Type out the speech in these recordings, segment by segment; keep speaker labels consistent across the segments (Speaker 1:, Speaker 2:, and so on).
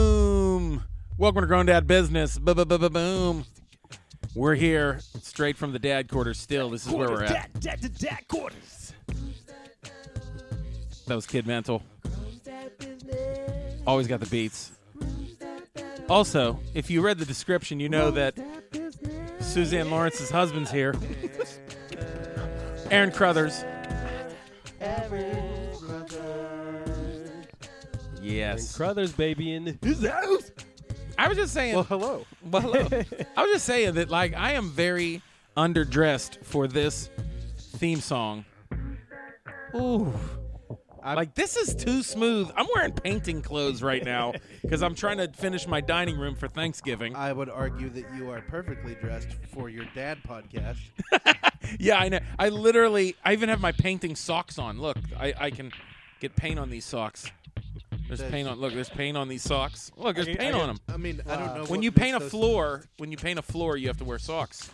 Speaker 1: Boom! Welcome to Grown Dad Business. Boom! We're here straight from the dad quarters. Still, this is where we're at.
Speaker 2: Dat, dat, dat, dat quarters.
Speaker 1: That was Kid Mental. Always got the beats. Also, if you read the description, you know that Suzanne Lawrence's husband's here. Aaron Crothers. Yes.
Speaker 2: Crothers baby in his house.
Speaker 1: I was just saying.
Speaker 2: Well, hello.
Speaker 1: Well, hello. I was just saying that, like, I am very underdressed for this theme song. Ooh. like, this is too smooth. I'm wearing painting clothes right now because I'm trying to finish my dining room for Thanksgiving.
Speaker 3: I would argue that you are perfectly dressed for your dad podcast.
Speaker 1: yeah, I know. I literally, I even have my painting socks on. Look, I, I can get paint on these socks. There's
Speaker 3: That's-
Speaker 1: paint on. Look, there's paint on these socks. Look, there's
Speaker 2: I-
Speaker 1: paint
Speaker 2: I-
Speaker 1: on them.
Speaker 3: I mean, I don't know.
Speaker 1: Uh, when
Speaker 3: what
Speaker 1: you
Speaker 3: makes
Speaker 1: paint a
Speaker 3: those-
Speaker 1: floor, when you paint a floor, you have to wear socks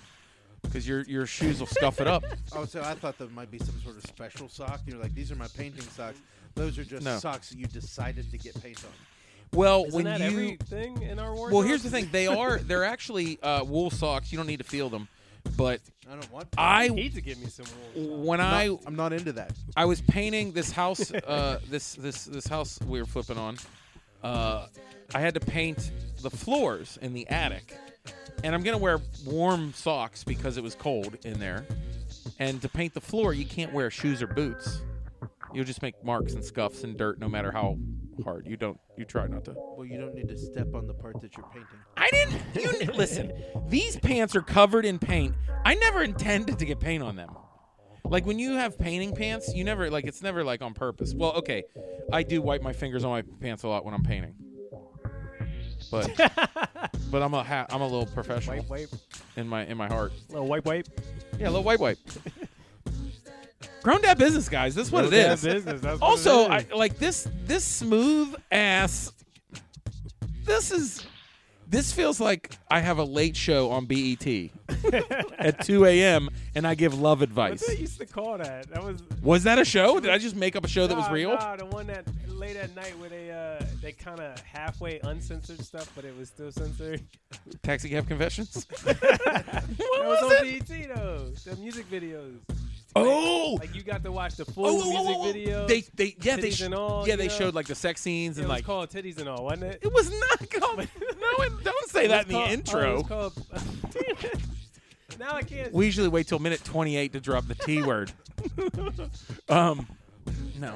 Speaker 1: because your your shoes will scuff it up.
Speaker 3: Oh, so I thought there might be some sort of special sock. You're like, these are my painting socks. Those are just
Speaker 1: No.
Speaker 3: socks that you decided to get paint on.
Speaker 1: Well,
Speaker 2: Isn't
Speaker 1: when
Speaker 2: that
Speaker 1: you
Speaker 2: everything in our wardrobe?
Speaker 1: well, here's the thing. They are they're actually uh, wool socks. You don't need to feel them, but
Speaker 3: I don't want.
Speaker 2: I
Speaker 1: I
Speaker 2: need to give me some wool.
Speaker 1: when
Speaker 3: I'm
Speaker 1: I
Speaker 3: not, I'm not into that.
Speaker 1: I was painting this house, uh, this this this house we were flipping on. Uh, I had to paint the floors in the attic, and I'm gonna wear warm socks because it was cold in there. And to paint the floor, you can't wear shoes or boots. You'll just make marks and scuffs and dirt, no matter how hard you don't you try not to.
Speaker 3: Well, you don't need to step on the part that you're painting.
Speaker 1: I didn't. You listen. These pants are covered in paint. I never intended to get paint on them. Like when you have painting pants, you never like it's never like on purpose. Well, okay, I do wipe my fingers on my pants a lot when I'm painting, but but I'm a ha- I'm a little professional
Speaker 2: Wipe, wipe.
Speaker 1: in my in my heart.
Speaker 2: Little wipe, wipe.
Speaker 1: Yeah, a little wipe wipe. Grown dad business, guys. That's what
Speaker 2: Little
Speaker 1: it
Speaker 2: dad
Speaker 1: is.
Speaker 2: Business. That's what
Speaker 1: Also,
Speaker 2: it
Speaker 1: I,
Speaker 2: is.
Speaker 1: like this this smooth ass. This is this feels like I have a late show on BET at 2 a.m. and I give love
Speaker 2: What's
Speaker 1: advice.
Speaker 2: they used to call that? That was
Speaker 1: Was that a show? Did I just make up a show that was
Speaker 2: Nah,
Speaker 1: real?
Speaker 2: nah, the one that late at night where they uh they kind of halfway uncensored stuff, but it was still censored.
Speaker 1: Taxi cab confessions.
Speaker 2: That
Speaker 1: what
Speaker 2: was,
Speaker 1: was
Speaker 2: on E
Speaker 1: it?
Speaker 2: BET though. The music videos.
Speaker 1: Oh.
Speaker 2: Like you got to watch the full
Speaker 1: Oh, oh,
Speaker 2: music
Speaker 1: oh, oh,
Speaker 2: video.
Speaker 1: oh. They, they, yeah, they,
Speaker 2: titties
Speaker 1: sh-
Speaker 2: and all,
Speaker 1: yeah,
Speaker 2: you
Speaker 1: they
Speaker 2: know?
Speaker 1: showed like the sex scenes
Speaker 2: it
Speaker 1: and
Speaker 2: was
Speaker 1: like.
Speaker 2: called titties and all, wasn't it?
Speaker 1: It was not called. no, it- don't say that in
Speaker 2: oh,
Speaker 1: the intro.
Speaker 2: now I can't.
Speaker 1: We usually wait till minute 28 to drop the T word. um, no.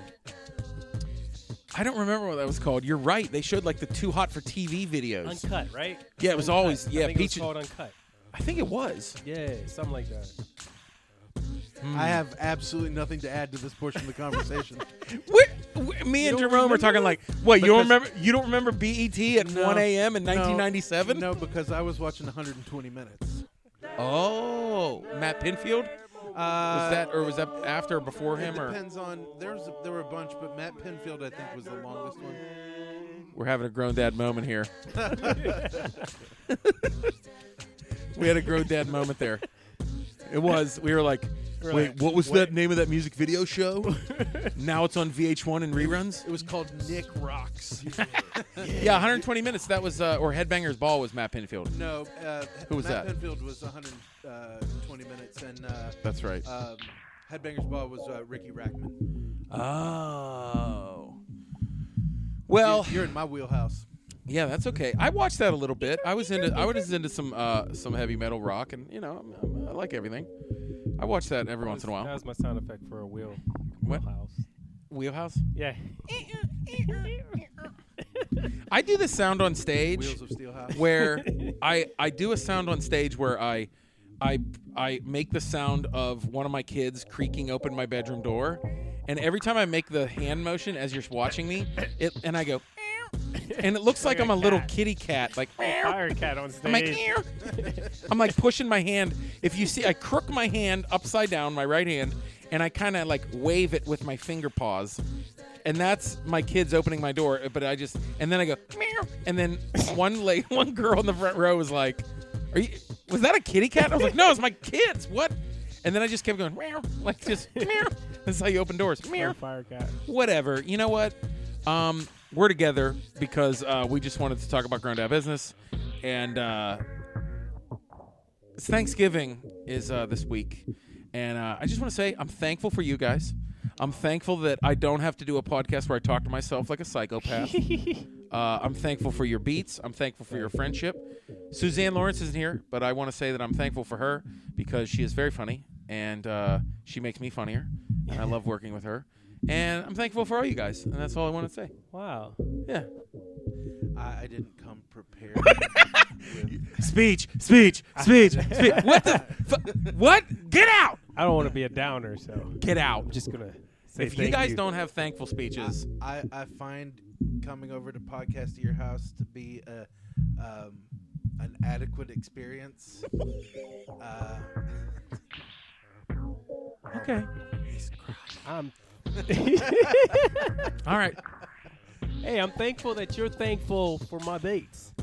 Speaker 1: I don't remember what that was called. You're right. They showed like the too hot for TV videos.
Speaker 2: uncut, right?
Speaker 1: Yeah, it was
Speaker 2: Uncut.
Speaker 1: always- yeah,
Speaker 2: I think
Speaker 1: Peaches-
Speaker 2: it was called uncut.
Speaker 1: I think it was.
Speaker 2: Yeah, something like that.
Speaker 1: Hmm.
Speaker 3: I have absolutely nothing to add to this portion of the conversation.
Speaker 1: We're, we me and
Speaker 2: don't
Speaker 1: Jerome were talking
Speaker 2: remember?
Speaker 1: like, what? You don't
Speaker 3: Because-
Speaker 1: remember? You don't remember BET at
Speaker 3: No.
Speaker 1: 1 a.m. in
Speaker 3: No.
Speaker 1: 1997?
Speaker 3: No, because I was watching 120 minutes.
Speaker 1: Oh, Matt Pinfield.
Speaker 3: Uh,
Speaker 1: Was that or was that after or before him?
Speaker 3: It
Speaker 1: Or
Speaker 3: depends on. There was a, there were a bunch, but Matt Penfield I think was the longest one.
Speaker 1: we're having a grown dad moment here. we had a grown dad moment there. It was. We were like,
Speaker 2: We're
Speaker 1: wait,
Speaker 2: like,
Speaker 1: what was
Speaker 2: what?"
Speaker 1: that name of that music video show? now it's on VH1 and reruns.
Speaker 3: It was called Nick Rocks.
Speaker 1: Yeah, 120 minutes. That was uh, or Headbangers Ball was Matt Pinfield.
Speaker 3: no, uh,
Speaker 1: Who was
Speaker 3: Matt
Speaker 1: that?
Speaker 3: Penfield was 120 minutes, and uh,
Speaker 1: That's right.
Speaker 3: um, Headbangers Ball was uh, Ricky Rackman.
Speaker 1: Oh. Well,
Speaker 3: you're, you're in my wheelhouse.
Speaker 1: yeah, that's okay. I watched that a little bit. I was into I was into some uh, some heavy metal rock, and you know I'm, I'm, I like everything. I watch that every once in a
Speaker 2: That
Speaker 1: while.
Speaker 2: was my sound effect for a wheel.
Speaker 1: What?
Speaker 2: House.
Speaker 1: Wheelhouse.
Speaker 2: Yeah.
Speaker 1: I do this sound on stage
Speaker 3: Wheels of Steel House.
Speaker 1: where I I do a sound on stage where I I I make the sound of one of my kids creaking open my bedroom door, and every time I make the hand motion as you're watching me, it and I go, and it looks like I'm a little kitty cat, like.
Speaker 2: Fire cat on
Speaker 1: I'm like,
Speaker 2: stage.
Speaker 1: "Ew." I'm like pushing my hand. If you see, I crook my hand upside down, my right hand, and I kind of like wave it with my finger paws. And that's my kids opening my door, but I just and then I go meow, and then one late one girl in the front row was like, "Are you? Was that a kitty cat?" And I was like, "No, it's my kids." What? And then I just kept going meow, like just meow. That's how you open doors.
Speaker 2: Oh,
Speaker 1: Meow
Speaker 2: fire cat.
Speaker 1: whatever. You know what? Um, we're together because uh, we just wanted to talk about ground out business, and uh, it's Thanksgiving is uh, this week, and uh, I just want to say I'm thankful for you guys. I'm thankful that I don't have to do a podcast where I talk to myself like a psychopath. Uh, I'm thankful for your beats. I'm thankful for your friendship. Suzanne Lawrence isn't here, but I want to say that I'm thankful for her because she is very funny and uh, she makes me funnier. And I love working with her. And I'm thankful for all you guys. And that's all I want to say.
Speaker 2: Wow.
Speaker 1: Yeah.
Speaker 3: I, I didn't come prepared.
Speaker 4: Speech, speech, speech.
Speaker 1: Spe- what the? F- what? Get out!
Speaker 2: I don't want to be a downer, so I'm
Speaker 1: Get out!
Speaker 2: just gonna say
Speaker 1: If you
Speaker 2: thank
Speaker 1: guys don't have thankful speeches,
Speaker 3: I, I find coming over to podcast to your house to be a um, an adequate experience. Uh,
Speaker 1: okay.
Speaker 2: I'm.
Speaker 1: All right.
Speaker 2: hey, I'm thankful that you're thankful for my dates.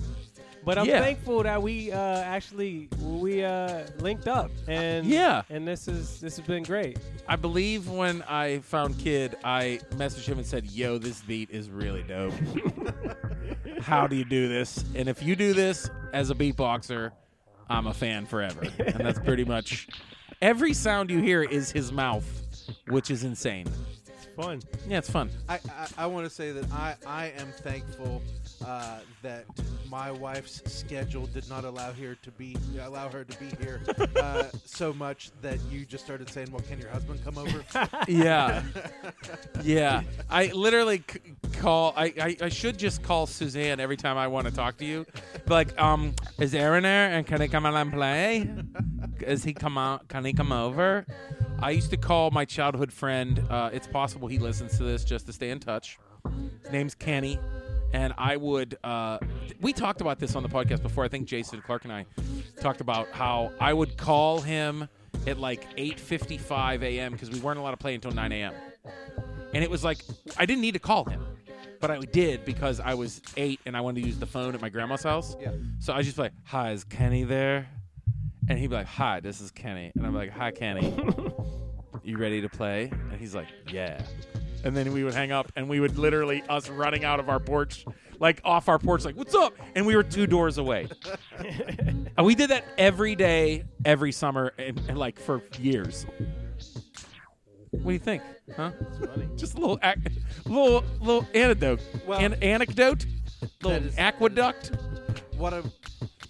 Speaker 2: But I'm
Speaker 1: Yeah.
Speaker 2: thankful that we uh, actually we uh, linked up and
Speaker 1: Yeah.
Speaker 2: and this is this has been great.
Speaker 1: I believe when I found Kid, I messaged him and said, "Yo, this beat is really dope. How do you do this? And if you do this as a beatboxer, I'm a fan forever." And that's pretty much every sound you hear is his mouth, which is insane.
Speaker 2: It's fun.
Speaker 1: Yeah, it's fun.
Speaker 3: I, I, I want to say that I, I am thankful uh, that my wife's schedule did not allow here to be allow her to be here uh, so much that you just started saying, "Well, can your husband come over?"
Speaker 1: yeah yeah i literally c- call I, I i should just call suzanne every time i want to talk to you Be like um is aaron there and can he come out and play is he come out can he come over i used to call my childhood friend uh, it's possible he listens to this just to stay in touch his name's kenny and i would uh, th- we talked about this on the podcast before i think jason clark and i talked about how i would call him at like 8.55 a.m because we weren't allowed to play until 9 a.m and it was like i didn't need to call him but i did because i was eight and i wanted to use the phone at my grandma's house
Speaker 3: Yeah.
Speaker 1: so i was just like hi is kenny there and he'd be like hi this is kenny and i'm like hi kenny you ready to play and he's like yeah and then we would hang up and we would literally us running out of our porch like off our porch like what's up and we were two doors away and we did that every day, every summer, and, and like for years. What do you think? Huh?
Speaker 2: It's funny.
Speaker 1: Just a little, ac- little, little anecdote.
Speaker 3: Well-
Speaker 1: An- anecdote.
Speaker 3: That
Speaker 1: Little
Speaker 3: is-
Speaker 1: aqueduct.
Speaker 3: what I,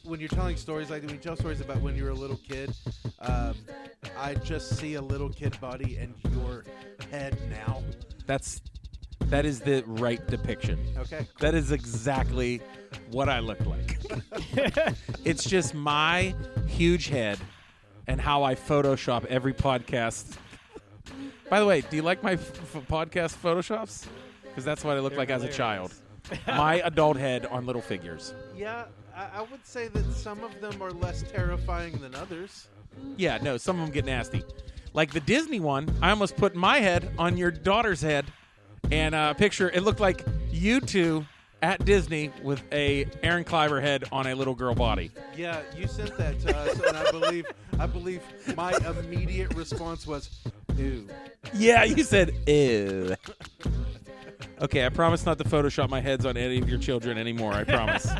Speaker 3: when you're telling stories like when you tell stories about when you were a little kid, um, I just see a little kid body and your head now.
Speaker 1: That's that is the right depiction.
Speaker 3: Okay.
Speaker 1: That is exactly what I look like. it's just my huge head and how I Photoshop every podcast. By the way, do you like my f- f- podcast Photoshops? Because that's what I looked
Speaker 2: They're
Speaker 1: like as a
Speaker 2: hilarious.
Speaker 1: child. my adult head on little figures.
Speaker 3: Yeah, I, I would say that some of them are less terrifying than others.
Speaker 1: Yeah, no, some of them get nasty. Like the Disney one, I almost put my head on your daughter's head and uh, picture. It looked like you two at Disney with a Aaron Cliver head on a little girl body.
Speaker 3: Yeah, you sent that to us, and I believe I believe my immediate response was, "Ew."
Speaker 1: Yeah, you said ew. Okay, I promise not to Photoshop my heads on any of your children anymore. I promise.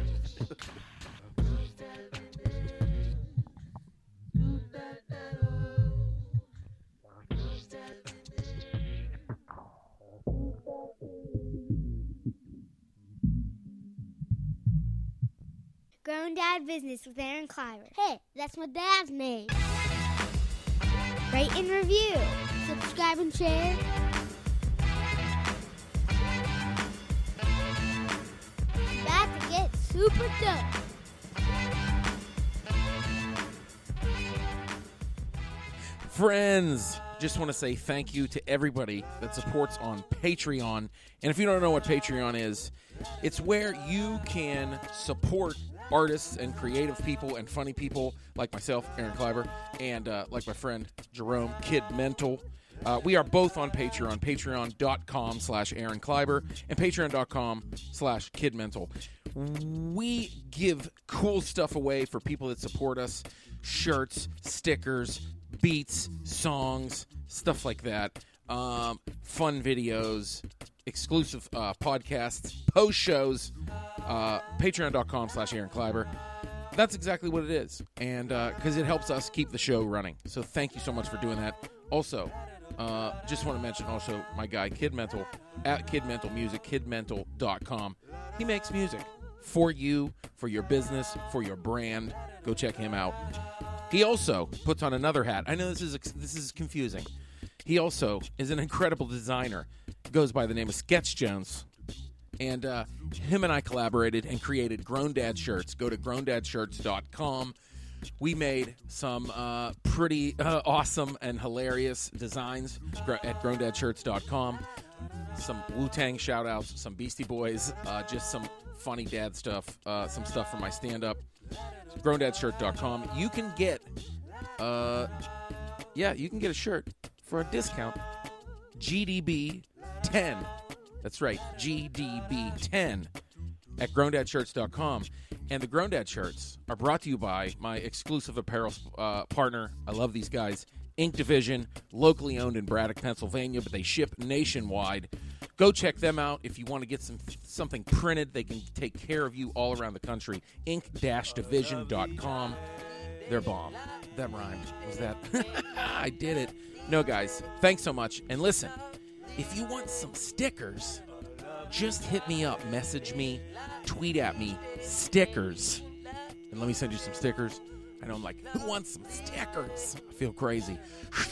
Speaker 5: Grown Dad Business with Aaron Cliver. Hey, that's my dad's name. Rate and review. Subscribe and share. About to get super dope.
Speaker 1: Friends, just want to say thank you to everybody that supports on Patreon. And if you don't know what Patreon is, it's where you can support artists and creative people and funny people like myself, Aaron Kleiber, and uh, like my friend Jerome Kid Mental. Uh, we are both on Patreon, patreon.com slash Aaron Kleiber and patreon.com slash Kid Mental. We give cool stuff away for people that support us shirts, stickers, beats, songs, stuff like that. Um, fun videos. exclusive uh, podcasts, post shows, uh, patreon.com slash Aaron Kleiber. That's exactly what it is. And because it helps us keep the show running. So thank you so much for doing that. Also, uh, just want to mention also my guy, Kid Mental, at Kid Mental Music, kidmental.com. He makes music for you, for your business, for your brand. Go check him out. He also puts on another hat. I know this is this is confusing. He also is an incredible designer. Goes by the name of Sketch Jones. And uh, him and I collaborated and created Grown Dad shirts. Go to growndadshirts.com. We made some uh, pretty uh, awesome and hilarious designs gr- at growndadshirts.com. Some Wu Tang shout outs, some Beastie Boys, uh, just some funny dad stuff, uh, some stuff for my stand up growndadsshirt.com. You can get, uh, yeah, you can get a shirt for a discount. GDB 10. That's right, GDB 10 at growndadshirts.com. And the Grown Dad shirts are brought to you by my exclusive apparel uh, partner. I love these guys. Ink Division, locally owned in Braddock, Pennsylvania, but they ship nationwide. Go check them out if you want to get some something printed. They can take care of you all around the country. Ink-division.com. They're bomb. That rhymed. Was that? I did it. No, guys, thanks so much. And listen, if you want some stickers, just hit me up, message me, tweet at me, stickers. And let me send you some stickers. I know I'm like, who wants some stickers? I feel crazy.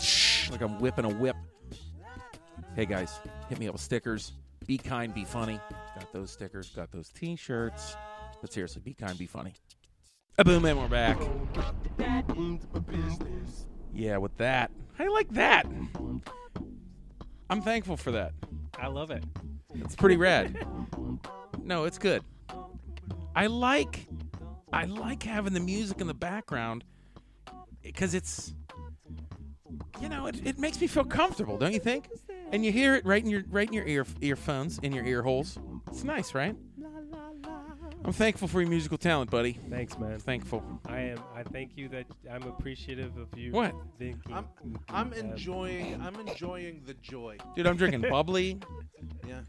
Speaker 1: like I'm whipping a whip. Hey guys, hit me up with stickers. Be kind, be funny. Got those stickers, got those t shirts. But seriously, be kind, be funny. A boom, and we're back. Yeah, with that. How do you like that? I'm thankful for that.
Speaker 2: I love it.
Speaker 1: It's pretty rad. No, it's good. I like I like having the music in the background because it's you know, it, it makes me feel comfortable, don't you think? And you hear it right in your right in your ear earphones, in your ear holes. It's nice, right? I'm thankful for your musical talent, buddy.
Speaker 2: Thanks, man.
Speaker 1: Thankful.
Speaker 2: I am. I thank you that I'm appreciative of you.
Speaker 1: What?
Speaker 2: Thinking.
Speaker 3: I'm I'm enjoying I'm enjoying the joy.
Speaker 1: Dude, I'm drinking bubbly.
Speaker 3: Yeah.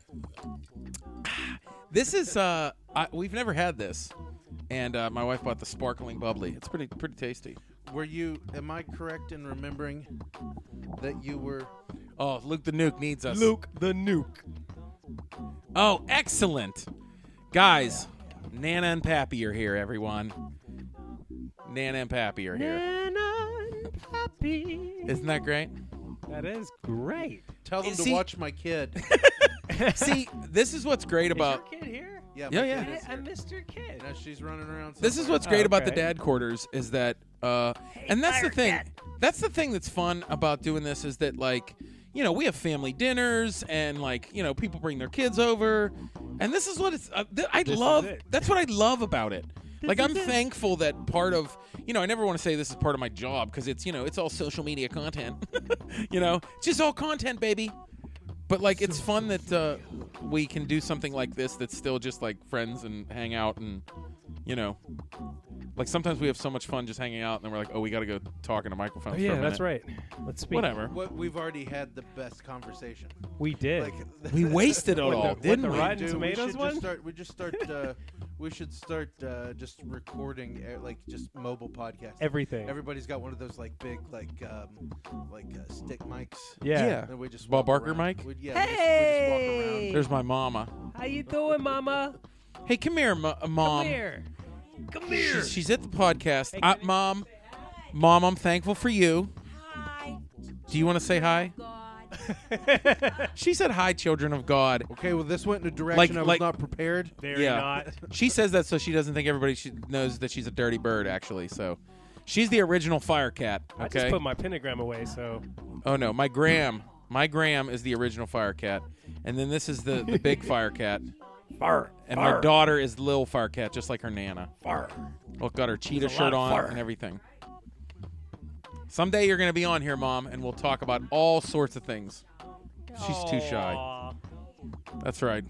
Speaker 1: This is uh I, we've never had this. And uh, my wife bought the sparkling bubbly. It's pretty pretty tasty.
Speaker 3: Were you? Am I correct in remembering that you were?
Speaker 1: Oh, Luke the Nuke needs us.
Speaker 2: Luke the Nuke.
Speaker 1: Oh, excellent. Guys, Nana and Pappy are here, everyone. Nana and Pappy are here.
Speaker 2: And I'm happy.
Speaker 1: Isn't that great?
Speaker 2: That is great.
Speaker 3: Tell them
Speaker 1: Is
Speaker 3: to
Speaker 1: he-
Speaker 3: watch my kid.
Speaker 1: See, this is what's great about
Speaker 2: is your kid here?
Speaker 3: Yeah.
Speaker 1: Yeah,
Speaker 3: my
Speaker 1: yeah. Oh,
Speaker 3: kid is
Speaker 2: I, I
Speaker 3: here.
Speaker 2: missed your kid.
Speaker 3: Now she's running around.
Speaker 1: This is
Speaker 3: somewhere.
Speaker 1: what's great about the
Speaker 2: Okay.
Speaker 1: dad quarters is that, uh, and that's the thing. That's the thing that's fun about doing this is that like, you know, we have family dinners and like, you know, people bring their kids over, and this is what it's. Uh, th- I
Speaker 2: is
Speaker 1: love.
Speaker 2: it.
Speaker 1: That's what I love about it. Like I'm thankful that part of you know I never want to say this is part of my job because it's you know it's all social media content, you know it's just all content baby, but like it's fun that uh, we can do something like this that's still just like friends and hang out and you know like sometimes we have so much fun just hanging out, and then we're like, oh, we got to go talk in a microphone.
Speaker 2: Oh,
Speaker 1: for a
Speaker 2: yeah, that's
Speaker 1: minute.
Speaker 2: right. Let's speak.
Speaker 1: Whatever.
Speaker 3: Uh, What we've already had the best conversation.
Speaker 2: We did.
Speaker 3: Like
Speaker 1: We wasted it
Speaker 2: What the-
Speaker 1: all,
Speaker 2: what
Speaker 1: didn't
Speaker 2: the
Speaker 1: we?
Speaker 2: Rotten
Speaker 3: Dude, we
Speaker 2: Tomatoes
Speaker 3: should
Speaker 2: one?
Speaker 3: Just start, we just start. Uh, we should start uh, just recording uh, like just mobile podcasts.
Speaker 2: Everything.
Speaker 3: Everybody's got one of those like big like um, like uh, stick mics.
Speaker 2: yeah.
Speaker 1: Yeah.
Speaker 3: And we just
Speaker 1: Bob
Speaker 3: walk
Speaker 1: Barker
Speaker 3: around.
Speaker 1: mic?
Speaker 3: We, yeah. We just, we just walk around.
Speaker 2: Hey!
Speaker 1: There's my mama.
Speaker 2: How you doing, Mama?
Speaker 1: Hey, come here, m- uh, mom.
Speaker 2: Come here. Come here.
Speaker 1: She's, she's at the podcast.
Speaker 2: Hey,
Speaker 1: uh,
Speaker 2: can you
Speaker 1: mom, mom, I'm thankful for you.
Speaker 6: Hi,
Speaker 1: Do you want to say hi?
Speaker 6: God.
Speaker 1: She said hi, children of God.
Speaker 3: Okay, well, this went in a direction I was
Speaker 1: like-
Speaker 3: not prepared.
Speaker 2: They're
Speaker 1: Yeah.
Speaker 2: not.
Speaker 1: She says that so she doesn't think everybody she knows that she's a dirty bird. Actually, so she's the original fire cat. Okay.
Speaker 2: I just put my pentagram away, so
Speaker 1: Oh no, my Graham. My Graham is the original fire cat, and then this is the, the big fire cat. Fire. And my daughter is Lil Fire Cat, just like her nana. Fire. Look, got her cheetah shirt on and everything. Someday you're gonna be on here, mom, and we'll talk about all sorts of things. She's too shy.
Speaker 2: Aw.
Speaker 1: That's right.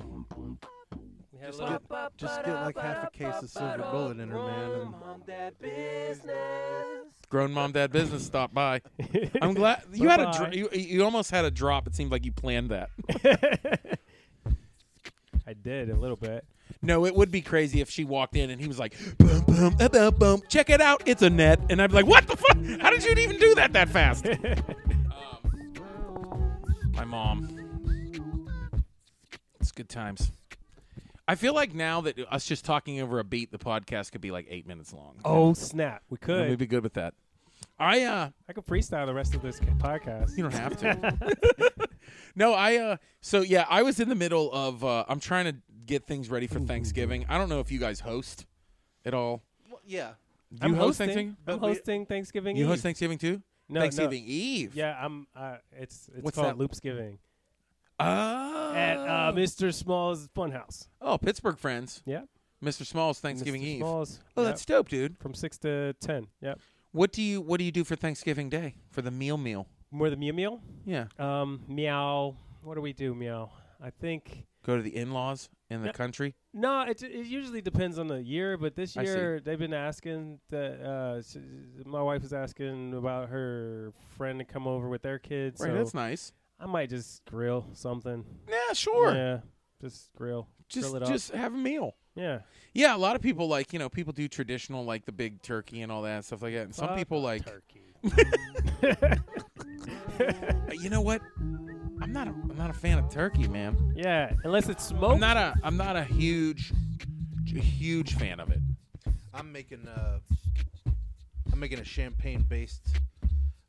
Speaker 2: We had a
Speaker 3: Just
Speaker 2: little-
Speaker 3: get, just get like half a case of silver bullet in her, man. And
Speaker 1: Grown mom, dad business. Stop by. I'm glad you had a
Speaker 2: Bye-bye.
Speaker 1: dr- you, you almost had a drop. It seemed like you planned that.
Speaker 2: I did a little bit.
Speaker 1: No, it would be crazy if she walked in and he was like, boom, boom, uh, boom, boom, check it out, it's a net. And I'd be like, what the fuck? How did you even do that that fast? My mom. It's good times. I feel like now that us just talking over a beat, the podcast could be like eight minutes long.
Speaker 2: oh snap! We
Speaker 1: And
Speaker 2: could.
Speaker 1: we'd be good with that. I, uh,
Speaker 2: I could freestyle the rest of this podcast.
Speaker 1: you don't have to. no, I uh so yeah, I was in the middle of uh I'm trying to get things ready for Thanksgiving. I don't know if you guys host at all.
Speaker 3: Well, yeah.
Speaker 1: Do
Speaker 2: I'm
Speaker 1: you host
Speaker 2: hosting.
Speaker 1: Thanksgiving?
Speaker 2: I'm
Speaker 3: But we-
Speaker 2: hosting Thanksgiving.
Speaker 1: You
Speaker 2: Eve.
Speaker 1: host Thanksgiving too?
Speaker 2: no,
Speaker 1: Thanksgiving Eve.
Speaker 2: No. Yeah, I'm. Uh, it's it's
Speaker 1: What's that?
Speaker 2: called Loopsgiving
Speaker 1: Oh.
Speaker 2: at uh, Mr. Small's Funhouse.
Speaker 1: oh, Pittsburgh friends.
Speaker 2: Yeah,
Speaker 1: Mr. Small's Thanksgiving
Speaker 2: Mr.
Speaker 1: Eve.
Speaker 2: Small's.
Speaker 1: Oh,
Speaker 2: yep,
Speaker 1: that's dope, dude.
Speaker 2: from six to ten. Yep.
Speaker 1: What do you what do you do for Thanksgiving Day for the meal meal?
Speaker 2: More the meow meow.
Speaker 1: Yeah.
Speaker 2: Um, meow. What do we do? Meow. I think.
Speaker 1: Go to the in-laws in the
Speaker 2: Yeah.
Speaker 1: country.
Speaker 2: No, it it usually depends on the year, but this
Speaker 1: I see.
Speaker 2: year they've been asking that. Uh, s- my wife was asking about her friend to come over with their kids.
Speaker 1: Right,
Speaker 2: so
Speaker 1: that's nice.
Speaker 2: I might just grill something.
Speaker 1: Yeah, sure.
Speaker 2: Yeah, just grill.
Speaker 1: Just
Speaker 2: grill it
Speaker 1: just have a meal.
Speaker 2: up. Yeah.
Speaker 1: Yeah, a lot of people like you know people do traditional like the big turkey and all that and stuff like that. And some
Speaker 2: Fuck
Speaker 1: people like
Speaker 2: turkey.
Speaker 1: you know what? I'm not a, I'm not a fan of turkey, man.
Speaker 2: yeah, unless it's
Speaker 1: I'm
Speaker 2: smoked.
Speaker 1: not a I'm not a huge huge fan of it.
Speaker 3: I'm making a I'm making a champagne based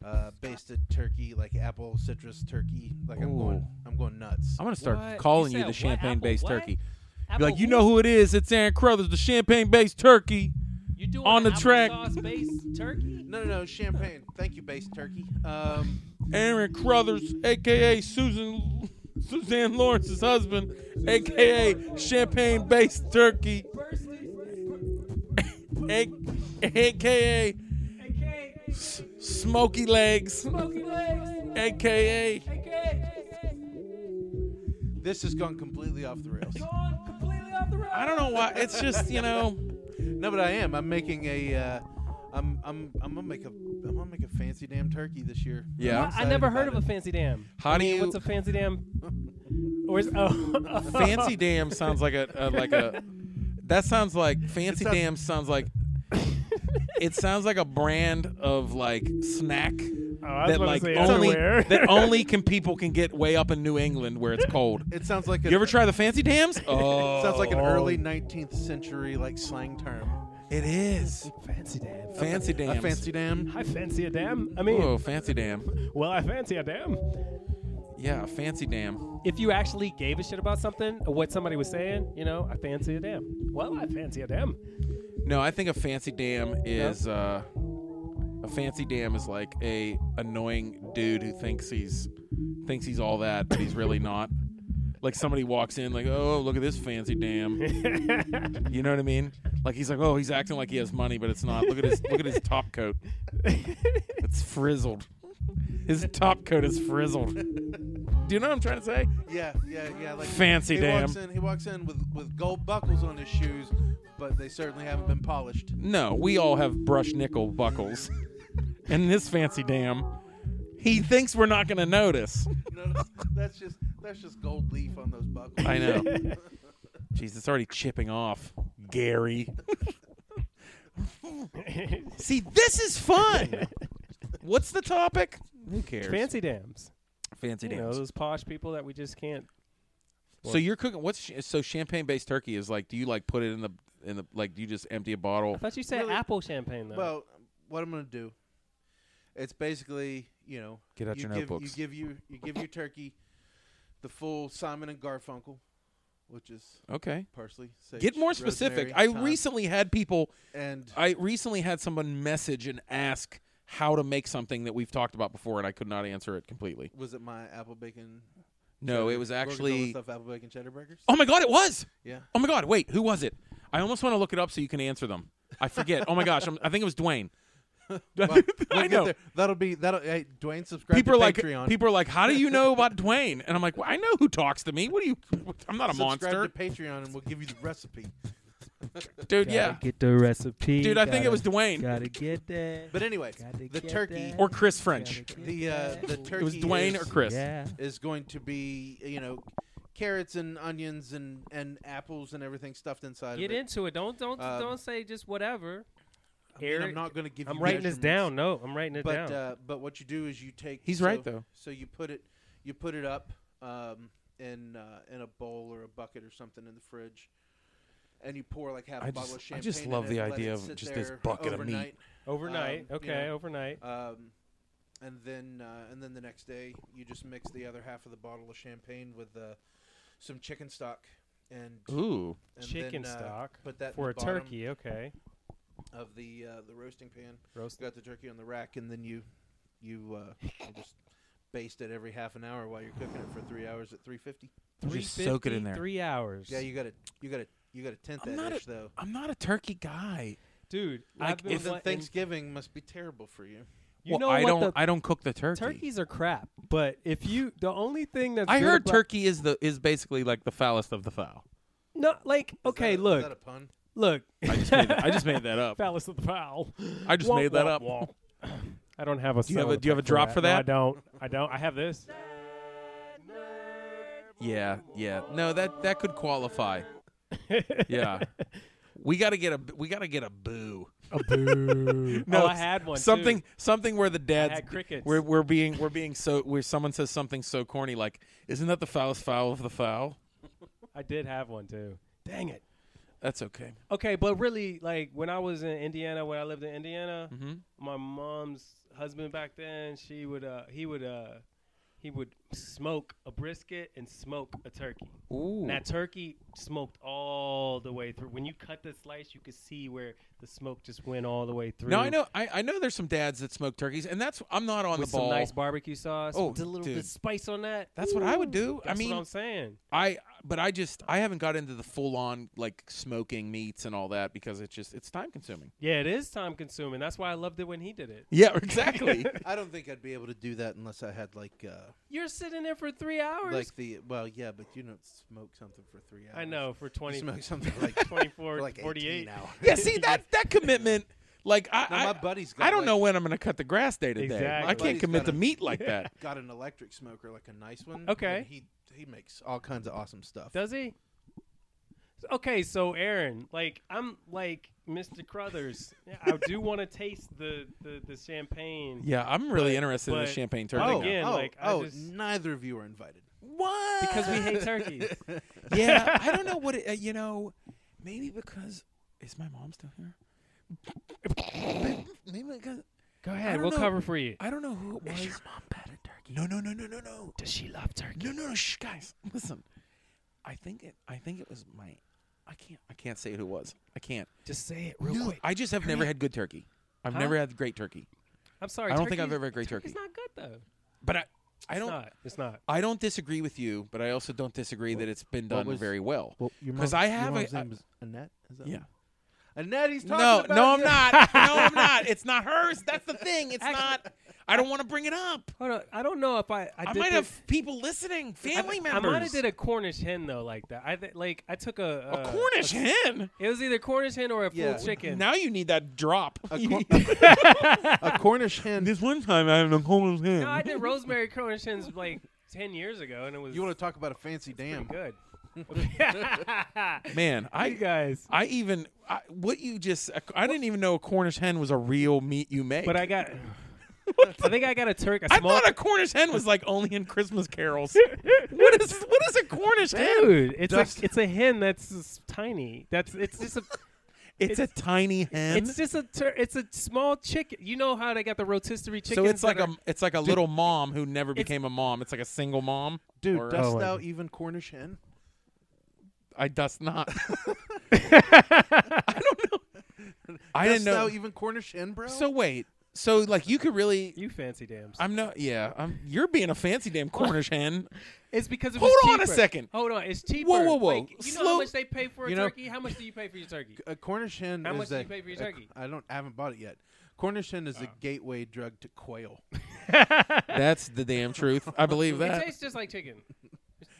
Speaker 3: uh, basted turkey like apple citrus turkey like I'm going I'm going nuts.
Speaker 1: I'm gonna start
Speaker 2: What? You
Speaker 1: calling you,
Speaker 2: said
Speaker 1: the
Speaker 2: what?
Speaker 1: champagne based
Speaker 6: Apple what?
Speaker 1: turkey. Be
Speaker 6: Apple
Speaker 1: like, you
Speaker 6: wh-
Speaker 1: know who it is? It's Aaron Crothers, the champagne based turkey.
Speaker 6: you doing
Speaker 1: on the track.
Speaker 6: Sauce-based turkey.
Speaker 3: no, no, no, champagne. Thank you, based turkey. Um,
Speaker 1: Aaron Crothers, aka Susan Suzanne Lawrence's husband, aka champagne based turkey, A- aka S- Smoky Legs, aka
Speaker 3: this has gone completely off the rails.
Speaker 1: I don't know why. It's just you know.
Speaker 3: No, but I am. I'm making a. Uh, I'm I'm I'm gonna make a I'm gonna make a fancy damn turkey this year.
Speaker 1: Yeah.
Speaker 3: I'm
Speaker 2: I
Speaker 3: excited
Speaker 2: never
Speaker 3: about
Speaker 2: heard of
Speaker 3: it.
Speaker 2: a fancy dam.
Speaker 1: How
Speaker 2: I
Speaker 1: do
Speaker 2: mean,
Speaker 1: you-
Speaker 2: What's a fancy dam? Or is oh
Speaker 1: Fancy Dam sounds like a, a like a. That sounds like Fancy
Speaker 3: sounds-
Speaker 1: Dam sounds like. It sounds like a brand of like snack
Speaker 2: Oh, I was
Speaker 1: that
Speaker 2: about
Speaker 1: like
Speaker 2: to say
Speaker 1: only
Speaker 2: underwear.
Speaker 1: that only can people can get way up in New England where it's cold.
Speaker 3: It sounds like a,
Speaker 1: You ever try the Fancy Dams? Oh,
Speaker 3: It sounds like an early 19th century like slang term.
Speaker 1: It is
Speaker 2: fancy dam.
Speaker 1: Fancy Dams.
Speaker 3: A fancy dam.
Speaker 2: I fancy a dam. I mean,
Speaker 1: Oh, Fancy Dam.
Speaker 2: well, I fancy a dam.
Speaker 1: Yeah, Fancy Dam.
Speaker 2: If you actually gave a shit about something, or what somebody was saying, you know, I fancy a dam. Well, I fancy a dam.
Speaker 1: No, I think a Fancy Dam is uh, a Fancy Dam is like a annoying dude who thinks he's thinks he's all that, but he's really not. Like somebody walks in, like, oh, look at this fancy dam. you know what I mean? Like he's like, oh, he's acting like he has money, but it's not. Look at his look at his top coat. It's frizzled. His top coat is frizzled. Do you know what I'm trying to say?
Speaker 3: Yeah, yeah, yeah. Like
Speaker 1: Fancy
Speaker 3: he
Speaker 1: dam.
Speaker 3: Walks in, he walks in with with gold buckles on his shoes, but they certainly haven't been polished.
Speaker 1: No, we all have brush nickel buckles. And this fancy dam, he thinks we're not going to notice.
Speaker 3: No, no, that's just that's just gold leaf on those buckles.
Speaker 1: I know. Jeez, it's already chipping off, Gary. See, this is fun. What's the topic? Who cares?
Speaker 2: fancy dams.
Speaker 1: fancy
Speaker 2: You know, those posh people that we just can't.
Speaker 1: So you're cooking. What's sh- so champagne based turkey is like? Do you like put it in the in the like? Do you just empty a bottle?
Speaker 2: I thought you said
Speaker 3: Really?
Speaker 2: apple champagne though.
Speaker 3: Well, what I'm gonna do? It's basically you know
Speaker 1: Get out
Speaker 3: you
Speaker 1: your
Speaker 3: give,
Speaker 1: notebooks.
Speaker 3: You give you you give your turkey the full Simon and Garfunkel, which is
Speaker 1: Okay.
Speaker 3: parsley. Sage,
Speaker 1: Get more specific.
Speaker 3: rosemary,
Speaker 1: I
Speaker 3: thyme,
Speaker 1: recently had people.
Speaker 3: and
Speaker 1: I recently had someone message and ask how to make something that we've talked about before, and I could not answer it completely.
Speaker 3: was it my apple bacon?
Speaker 1: No,
Speaker 3: cheddar-
Speaker 1: it was
Speaker 3: gorgonzola
Speaker 1: actually.
Speaker 3: stuffed apple bacon cheddar burgers.
Speaker 1: Oh my god, it was.
Speaker 3: Yeah.
Speaker 1: Oh my god, wait, who was it? I almost want to look it up so you can answer them. I forget. oh my gosh, I'm, I think it was Dwayne.
Speaker 3: Well, we'll
Speaker 1: I
Speaker 3: get
Speaker 1: know.
Speaker 3: there. That'll be that'll. Hey, Dwayne, subscribe
Speaker 1: People
Speaker 3: to
Speaker 1: are like,
Speaker 3: Patreon.
Speaker 1: people are like, how do you know about Dwayne? And I'm like, well, I know who talks to me. What do you? I'm not a
Speaker 3: subscribe
Speaker 1: monster,
Speaker 3: to Patreon, and we'll give you the recipe.
Speaker 1: dude. Yeah,
Speaker 4: Get the recipe.
Speaker 1: dude. I think it was Dwayne
Speaker 4: Gotta get that.
Speaker 3: But anyway,
Speaker 4: Gotta
Speaker 3: the
Speaker 4: get
Speaker 3: turkey,
Speaker 4: that.
Speaker 1: or Chris French.
Speaker 3: the uh, the turkey
Speaker 1: It was Dwayne
Speaker 3: is,
Speaker 1: or Chris.
Speaker 4: Yeah.
Speaker 3: is going to be you know carrots and onions and, and apples and everything stuffed inside.
Speaker 4: Get
Speaker 3: of it.
Speaker 4: into it. Don't don't
Speaker 3: Um,
Speaker 4: don't say just whatever.
Speaker 3: I mean, I'm
Speaker 4: Eric,
Speaker 3: not going to give.
Speaker 2: I'm
Speaker 3: you
Speaker 2: writing this
Speaker 3: measurements.
Speaker 2: down. No, I'm writing it
Speaker 3: but
Speaker 2: down.
Speaker 3: uh, but what you do is you take.
Speaker 1: He's
Speaker 3: so-
Speaker 1: right, though.
Speaker 3: So you put it you put it up um, in uh, in a bowl or a bucket or something in the fridge, and you pour like half a
Speaker 1: I
Speaker 3: bottle of
Speaker 1: just- I
Speaker 3: champagne.
Speaker 1: just
Speaker 3: in
Speaker 1: love
Speaker 3: it,
Speaker 1: the
Speaker 3: let it
Speaker 1: idea of
Speaker 3: sit
Speaker 1: just this
Speaker 3: there
Speaker 1: bucket of meat.
Speaker 3: overnight,
Speaker 2: overnight.
Speaker 3: um,
Speaker 2: okay,
Speaker 3: yeah.
Speaker 2: overnight.
Speaker 3: Um, and then uh, and then the next day you just mix the other half of the bottle of champagne with uh, some chicken stock and,
Speaker 1: Ooh.
Speaker 3: and
Speaker 2: Chicken
Speaker 3: then, uh,
Speaker 2: stock
Speaker 3: Put that in
Speaker 2: for
Speaker 3: the
Speaker 2: a
Speaker 3: bottom
Speaker 2: turkey. Okay,
Speaker 3: of the uh, the roasting pan.
Speaker 2: roast.
Speaker 3: got the turkey on the rack, and then you you, uh, you just baste it every half an hour while you're cooking it for three hours at 350.
Speaker 1: Just soak it in
Speaker 2: 350,
Speaker 1: there.
Speaker 2: Three hours.
Speaker 3: Yeah, you gotta you gotta you gotta tent
Speaker 1: I'm
Speaker 3: that
Speaker 1: not
Speaker 3: dish though.
Speaker 1: I'm not a turkey guy.
Speaker 2: dude.
Speaker 1: Like,
Speaker 2: I've been
Speaker 1: if-
Speaker 3: Well, then
Speaker 2: wanting-
Speaker 3: Thanksgiving must be terrible for you.
Speaker 2: You
Speaker 1: well,
Speaker 2: know
Speaker 1: I
Speaker 2: what
Speaker 1: don't.
Speaker 2: the-
Speaker 1: I don't cook the turkey.
Speaker 2: turkeys are crap. But if you, the only thing that's
Speaker 1: I
Speaker 2: good
Speaker 1: heard
Speaker 2: about-
Speaker 1: turkey is the is basically like the foulest of the foul.
Speaker 2: No, like
Speaker 3: Is
Speaker 2: okay,
Speaker 3: that a-
Speaker 2: look,
Speaker 3: Is that a pun?
Speaker 2: look.
Speaker 1: I just made that, I just made that up.
Speaker 2: Phallus of the foul.
Speaker 1: I just
Speaker 2: Womp,
Speaker 1: made that
Speaker 2: womp,
Speaker 1: up.
Speaker 2: womp. I don't have a.
Speaker 1: Do you have a-
Speaker 2: sound
Speaker 1: do you have a
Speaker 2: effect
Speaker 1: drop for
Speaker 2: No,
Speaker 1: that?
Speaker 2: I don't. I don't. I have this.
Speaker 1: Yeah, yeah. No, that that could qualify. Yeah. We got to get a we got to get a boo.
Speaker 2: a boo.
Speaker 1: No,
Speaker 2: No, Oh, I had one. too.
Speaker 1: Something something where the
Speaker 2: I
Speaker 1: dad's
Speaker 2: had crickets.
Speaker 1: we're we're being we're being so where someone says something so corny like isn't that the foulest foul of the foul?
Speaker 2: I did have one too. Dang it.
Speaker 1: That's okay.
Speaker 2: Okay, but really, like when I was in Indiana, when I lived in Indiana,
Speaker 1: Mhm.
Speaker 2: my mom's husband back then, she would, uh, he would, uh, he would smoke a brisket and smoke a turkey.
Speaker 1: Ooh.
Speaker 2: And that turkey smoked all the way through. When you cut the slice, you could see where the smoke just went all the way through.
Speaker 1: No, I know I, I know there's some dads that smoke turkeys and that's I'm not on
Speaker 2: With
Speaker 1: the ball.
Speaker 2: some nice barbecue sauce.
Speaker 1: Oh,
Speaker 2: Oh, with a little bit
Speaker 1: dude.
Speaker 2: of spice on that.
Speaker 1: That's what I would do. I
Speaker 2: That's
Speaker 1: mean,
Speaker 2: what I'm saying.
Speaker 1: I but I just I haven't got into the full on like smoking meats and all that because it's just it's time consuming.
Speaker 2: Yeah, it is time consuming. That's why I loved it when he did it.
Speaker 1: Yeah, exactly.
Speaker 3: I don't think I'd be able to do that unless I had like uh,
Speaker 2: You're sitting there for three hours.
Speaker 3: like the well yeah, but you don't smoke something for three hours.
Speaker 2: I know for
Speaker 3: You
Speaker 2: 20,
Speaker 3: smoke something like
Speaker 2: 24,
Speaker 3: for like
Speaker 2: 48.
Speaker 3: 18 hours.
Speaker 1: yeah, see that that commitment like I
Speaker 3: Now,
Speaker 1: I,
Speaker 3: my buddy's got
Speaker 1: I don't
Speaker 3: like,
Speaker 1: know when I'm going to cut the grass day to day.
Speaker 2: Exactly.
Speaker 1: I can't
Speaker 3: Buddy's
Speaker 1: commit
Speaker 3: got
Speaker 1: to
Speaker 3: a-
Speaker 1: meat like that.
Speaker 3: got an electric smoker, like a nice one.
Speaker 2: Okay.
Speaker 3: and he he makes all kinds of awesome stuff.
Speaker 2: Does he? Okay, so Aaron, like I'm like Mr. Crothers. I do want to taste the, the the champagne.
Speaker 1: Yeah, I'm really
Speaker 2: But-
Speaker 1: interested in the
Speaker 2: but-
Speaker 1: champagne
Speaker 2: but
Speaker 1: turkey. now.
Speaker 2: again-
Speaker 3: oh,
Speaker 2: like, I
Speaker 3: oh,
Speaker 2: just-
Speaker 3: neither of you are invited.
Speaker 1: What?
Speaker 2: Because we hate turkeys.
Speaker 1: yeah, I don't know what it, uh, you know. Maybe because is my mom still here? maybe because
Speaker 2: Go
Speaker 1: I
Speaker 2: ahead,
Speaker 1: don't
Speaker 2: we'll
Speaker 1: know.
Speaker 2: cover for you.
Speaker 1: I don't know who it was.
Speaker 4: mom bad at turkey?
Speaker 1: No, no, no, no, no, no.
Speaker 4: Does she love turkey?
Speaker 1: No, no, no, shh, guys, listen. I think it. I think it was my. I can't. I can't say who it was. I can't.
Speaker 4: Just say it real
Speaker 1: No,
Speaker 4: quick.
Speaker 1: I just have never had good turkey. I've
Speaker 2: Huh?
Speaker 1: never had great turkey.
Speaker 2: I'm sorry.
Speaker 1: I don't think I've
Speaker 2: turkey's-
Speaker 1: ever had great turkey.
Speaker 2: It's not good though.
Speaker 1: But I. I
Speaker 2: It's
Speaker 1: don't.
Speaker 2: not. It's not.
Speaker 1: I don't disagree with you, but I also don't disagree that it's been
Speaker 3: what
Speaker 1: done
Speaker 3: was-
Speaker 1: very well.
Speaker 3: Well, your
Speaker 1: 'Cause mom's- I your have a- mom's name
Speaker 3: is Annette. Is that
Speaker 1: Yeah.
Speaker 3: Annette. He's talking
Speaker 1: No,
Speaker 3: about.
Speaker 1: no, I'm
Speaker 3: you.
Speaker 1: not. No, I'm not. It's not hers. That's the thing. It's
Speaker 2: Actually-
Speaker 1: not. I don't want to bring it up.
Speaker 2: Hold on. I don't know if I. I,
Speaker 1: I,
Speaker 2: did
Speaker 1: might
Speaker 2: the-
Speaker 1: have people listening, family
Speaker 2: I
Speaker 1: members.
Speaker 2: might have did a Cornish hen though, like that. I th- like I took a,
Speaker 1: a Cornish hen.
Speaker 2: It was either Cornish hen or a full
Speaker 3: Yeah.
Speaker 2: chicken.
Speaker 1: Now you need that drop.
Speaker 3: A, cor- a Cornish hen.
Speaker 1: this one time I had a Cornish hen.
Speaker 2: No, I did rosemary Cornish hens like ten years ago, and it was
Speaker 3: You want to talk about a fancy dam?
Speaker 2: good.
Speaker 1: Man, I
Speaker 2: guys,
Speaker 1: I even I, what you just I didn't even know a Cornish hen was a real meat you make.
Speaker 2: but I got. I think I got a turkey.
Speaker 1: I
Speaker 2: A small
Speaker 1: thought a Cornish hen was like only in Christmas carols. what is what is a Cornish hen?
Speaker 2: dude. It's
Speaker 3: Dust.
Speaker 2: a it's a hen that's just tiny. That's it's just a
Speaker 1: It's, a tiny hen.
Speaker 2: it's just a tur- it's a small chicken. You know how they got the rotisserie chicken?
Speaker 1: so it's like a it's like a little mom who never became a mom. It's like a single mom.
Speaker 3: Dude,
Speaker 1: Or-
Speaker 3: dost
Speaker 2: Oh,
Speaker 3: thou even Cornish hen?
Speaker 1: I dust not.
Speaker 2: a.
Speaker 1: I
Speaker 3: dost
Speaker 1: didn't know.
Speaker 3: thou even Cornish hen, bro?
Speaker 1: so wait. So like you could really.
Speaker 2: you fancy dams.
Speaker 1: I'm no. Yeah. I'm. You're being a fancy damn Cornish hen.
Speaker 2: It's because it
Speaker 1: Hold
Speaker 2: was
Speaker 1: on a
Speaker 2: cheaper.
Speaker 1: second.
Speaker 2: Hold on, it's cheaper.
Speaker 1: Whoa, whoa, whoa.
Speaker 2: Like, you know
Speaker 1: Slow-
Speaker 2: how much they pay for a
Speaker 3: You know-
Speaker 2: turkey? How much do you pay for your turkey?
Speaker 3: a Cornish hen.
Speaker 2: How
Speaker 3: is
Speaker 2: much
Speaker 3: a,
Speaker 2: do you pay for your
Speaker 3: a-
Speaker 2: turkey? Oh.
Speaker 3: I don't. I haven't bought it yet. Cornish hen is a gateway drug to quail.
Speaker 1: That's the damn truth. I believe
Speaker 2: It
Speaker 1: that.
Speaker 2: tastes just like chicken.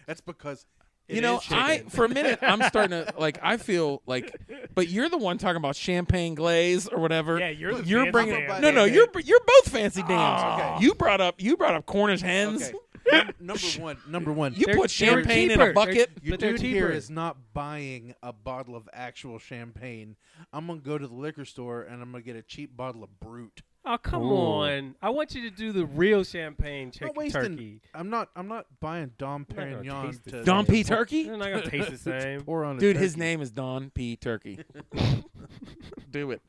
Speaker 3: That's because
Speaker 1: You know, I for a minute I'm starting to like. I feel like, but you're the one talking about champagne glaze or whatever.
Speaker 2: Yeah, you're Oh. the
Speaker 1: you're
Speaker 2: fancy
Speaker 1: bringing.
Speaker 2: dam.
Speaker 1: No, no,
Speaker 3: Okay.
Speaker 1: you're you're both fancy dams.
Speaker 3: okay.
Speaker 1: You brought up you brought up Cornish hens.
Speaker 3: okay. num- number one, number one.
Speaker 1: You
Speaker 4: They're-
Speaker 1: put
Speaker 4: they were
Speaker 1: champagne in a
Speaker 4: cheaper.
Speaker 1: bucket.
Speaker 4: They're-
Speaker 3: Your
Speaker 4: but they're
Speaker 3: dude here
Speaker 4: cheaper.
Speaker 3: is not buying a bottle of actual champagne. I'm gonna go to the liquor store and I'm gonna get a cheap bottle of Brut.
Speaker 2: Oh come
Speaker 1: Ooh.
Speaker 2: on! I want you to do the real champagne
Speaker 3: I'm
Speaker 2: chicken
Speaker 3: not wasting.
Speaker 2: turkey.
Speaker 3: I'm not. I'm not buying Dom
Speaker 2: You're not gonna
Speaker 3: Perignon
Speaker 2: taste it.
Speaker 3: to
Speaker 1: Don P.
Speaker 3: to
Speaker 1: Turkey?
Speaker 2: They're not gonna taste the same.
Speaker 3: pour on a
Speaker 1: Dude, his
Speaker 3: turkey.
Speaker 1: name is Don P. Turkey. Do it.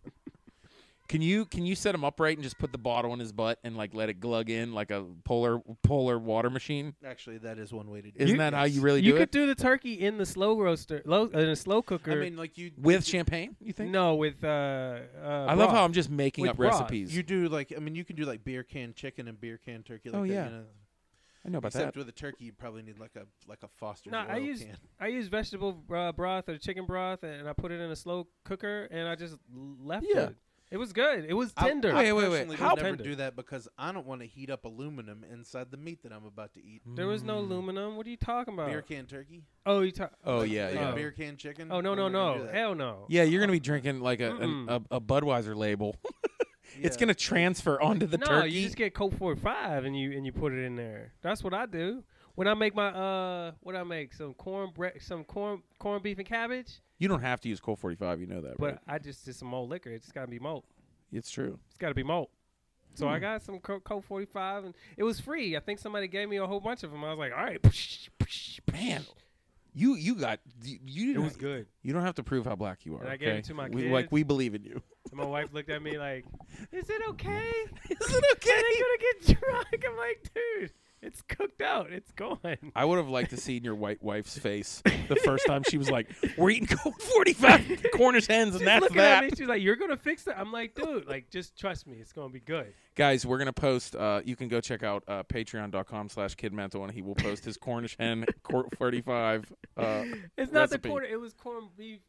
Speaker 1: Can you can you set him upright and just put the bottle in his butt and like let it glug in like a polar polar water machine?
Speaker 3: Actually, that is one way to do.
Speaker 1: Isn't
Speaker 3: it.
Speaker 1: that how
Speaker 3: Yes.
Speaker 1: you really
Speaker 2: you
Speaker 1: do
Speaker 2: could
Speaker 1: it?
Speaker 2: do the turkey in the slow roaster, low, in a slow cooker.
Speaker 3: I mean, like you
Speaker 1: With champagne, you think?
Speaker 2: no, with uh, uh
Speaker 1: I love how
Speaker 2: broth.
Speaker 1: I'm just making
Speaker 2: With
Speaker 1: up
Speaker 2: broth.
Speaker 1: recipes.
Speaker 3: You do like. I mean, you can do like beer can chicken and beer can turkey. Like
Speaker 1: Oh,
Speaker 3: that,
Speaker 1: yeah.
Speaker 3: You know?
Speaker 1: I know about
Speaker 3: Except
Speaker 1: that.
Speaker 3: with a turkey, you probably need like a like a Foster's
Speaker 2: No, I
Speaker 3: oil
Speaker 2: use-
Speaker 3: can.
Speaker 2: I use vegetable uh, broth or chicken broth, and I put it in a slow cooker, and I just left
Speaker 1: Yeah.
Speaker 2: it. It was good. It was
Speaker 3: I-
Speaker 2: tender.
Speaker 3: I,
Speaker 1: Wait, wait, wait.
Speaker 3: personally
Speaker 1: How-
Speaker 3: would never
Speaker 2: Tender.
Speaker 3: do that because I don't want to heat up aluminum inside the meat that I'm about to eat.
Speaker 2: There was no aluminum. What are you talking about?
Speaker 3: Beer can turkey?
Speaker 2: Oh, you talk.
Speaker 1: Mm. Oh
Speaker 3: Like-
Speaker 1: yeah,
Speaker 3: like
Speaker 1: yeah.
Speaker 3: a beer can chicken?
Speaker 2: Oh no,
Speaker 3: I'm
Speaker 2: no,
Speaker 3: not gonna
Speaker 2: no.
Speaker 3: do that.
Speaker 2: Hell no.
Speaker 1: Yeah, you're gonna be drinking like a an,
Speaker 2: Mm-mm.
Speaker 1: a, a Budweiser label. It's
Speaker 3: Yeah.
Speaker 1: gonna transfer onto the
Speaker 2: no,
Speaker 1: turkey.
Speaker 2: you just get Coke 45 and you and you put it in there. That's what I do. When I make my uh, what I make some corn bre- some corn corn beef and cabbage,
Speaker 1: You don't have to use Colt 45. You know that, right?
Speaker 2: but I just did some malt liquor. It's got to be malt.
Speaker 1: It's true.
Speaker 2: It's got to be malt. So
Speaker 1: Hmm.
Speaker 2: I got some Co- Coke 45 and it was free. I think somebody gave me a whole bunch of them. I was like, all right,
Speaker 1: Man, you you got you. you
Speaker 2: it was
Speaker 1: didn't-
Speaker 2: good.
Speaker 1: You don't have to prove how black you are.
Speaker 2: And I
Speaker 1: okay?
Speaker 2: gave it to my
Speaker 1: We, like
Speaker 2: kids.
Speaker 1: we believe in you.
Speaker 2: And my wife looked at me like, is it okay?
Speaker 1: Is it
Speaker 2: Are they gonna get drunk? I'm like, dude, it's cooked out. It's gone.
Speaker 1: I would have liked to see your white wife's face the first time she was like, "We're eating Colt 45 Cornish hens, and
Speaker 2: She's
Speaker 1: that's
Speaker 2: looking at
Speaker 1: that."
Speaker 2: me. She's like, "You're gonna fix it." I'm like, "Dude, like, just trust me. It's gonna be good."
Speaker 1: Guys, we're gonna post. Uh, you can go check out uh, Patreon.com/slash Kid Mental, and he will post his Cornish hen Colt 45. Uh,
Speaker 2: It's not
Speaker 1: Recipe.
Speaker 2: the corn. It was corned beef.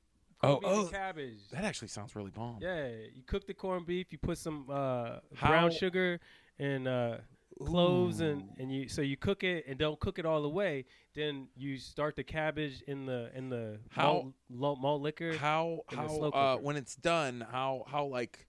Speaker 1: Oh,
Speaker 2: corned beef and
Speaker 1: oh.
Speaker 2: cabbage.
Speaker 1: that actually sounds really bomb.
Speaker 2: Yeah, you cook the corned beef. You put some uh,
Speaker 1: How-
Speaker 2: brown sugar and uh, cloves, and
Speaker 1: Ooh.
Speaker 2: and you so you cook it and don't cook it all the way. Then you start the cabbage in the in the
Speaker 1: How-
Speaker 2: malt, lo- malt liquor.
Speaker 1: how
Speaker 2: in the
Speaker 1: how
Speaker 2: slow
Speaker 1: uh,
Speaker 2: cooker.
Speaker 1: when it's done how how like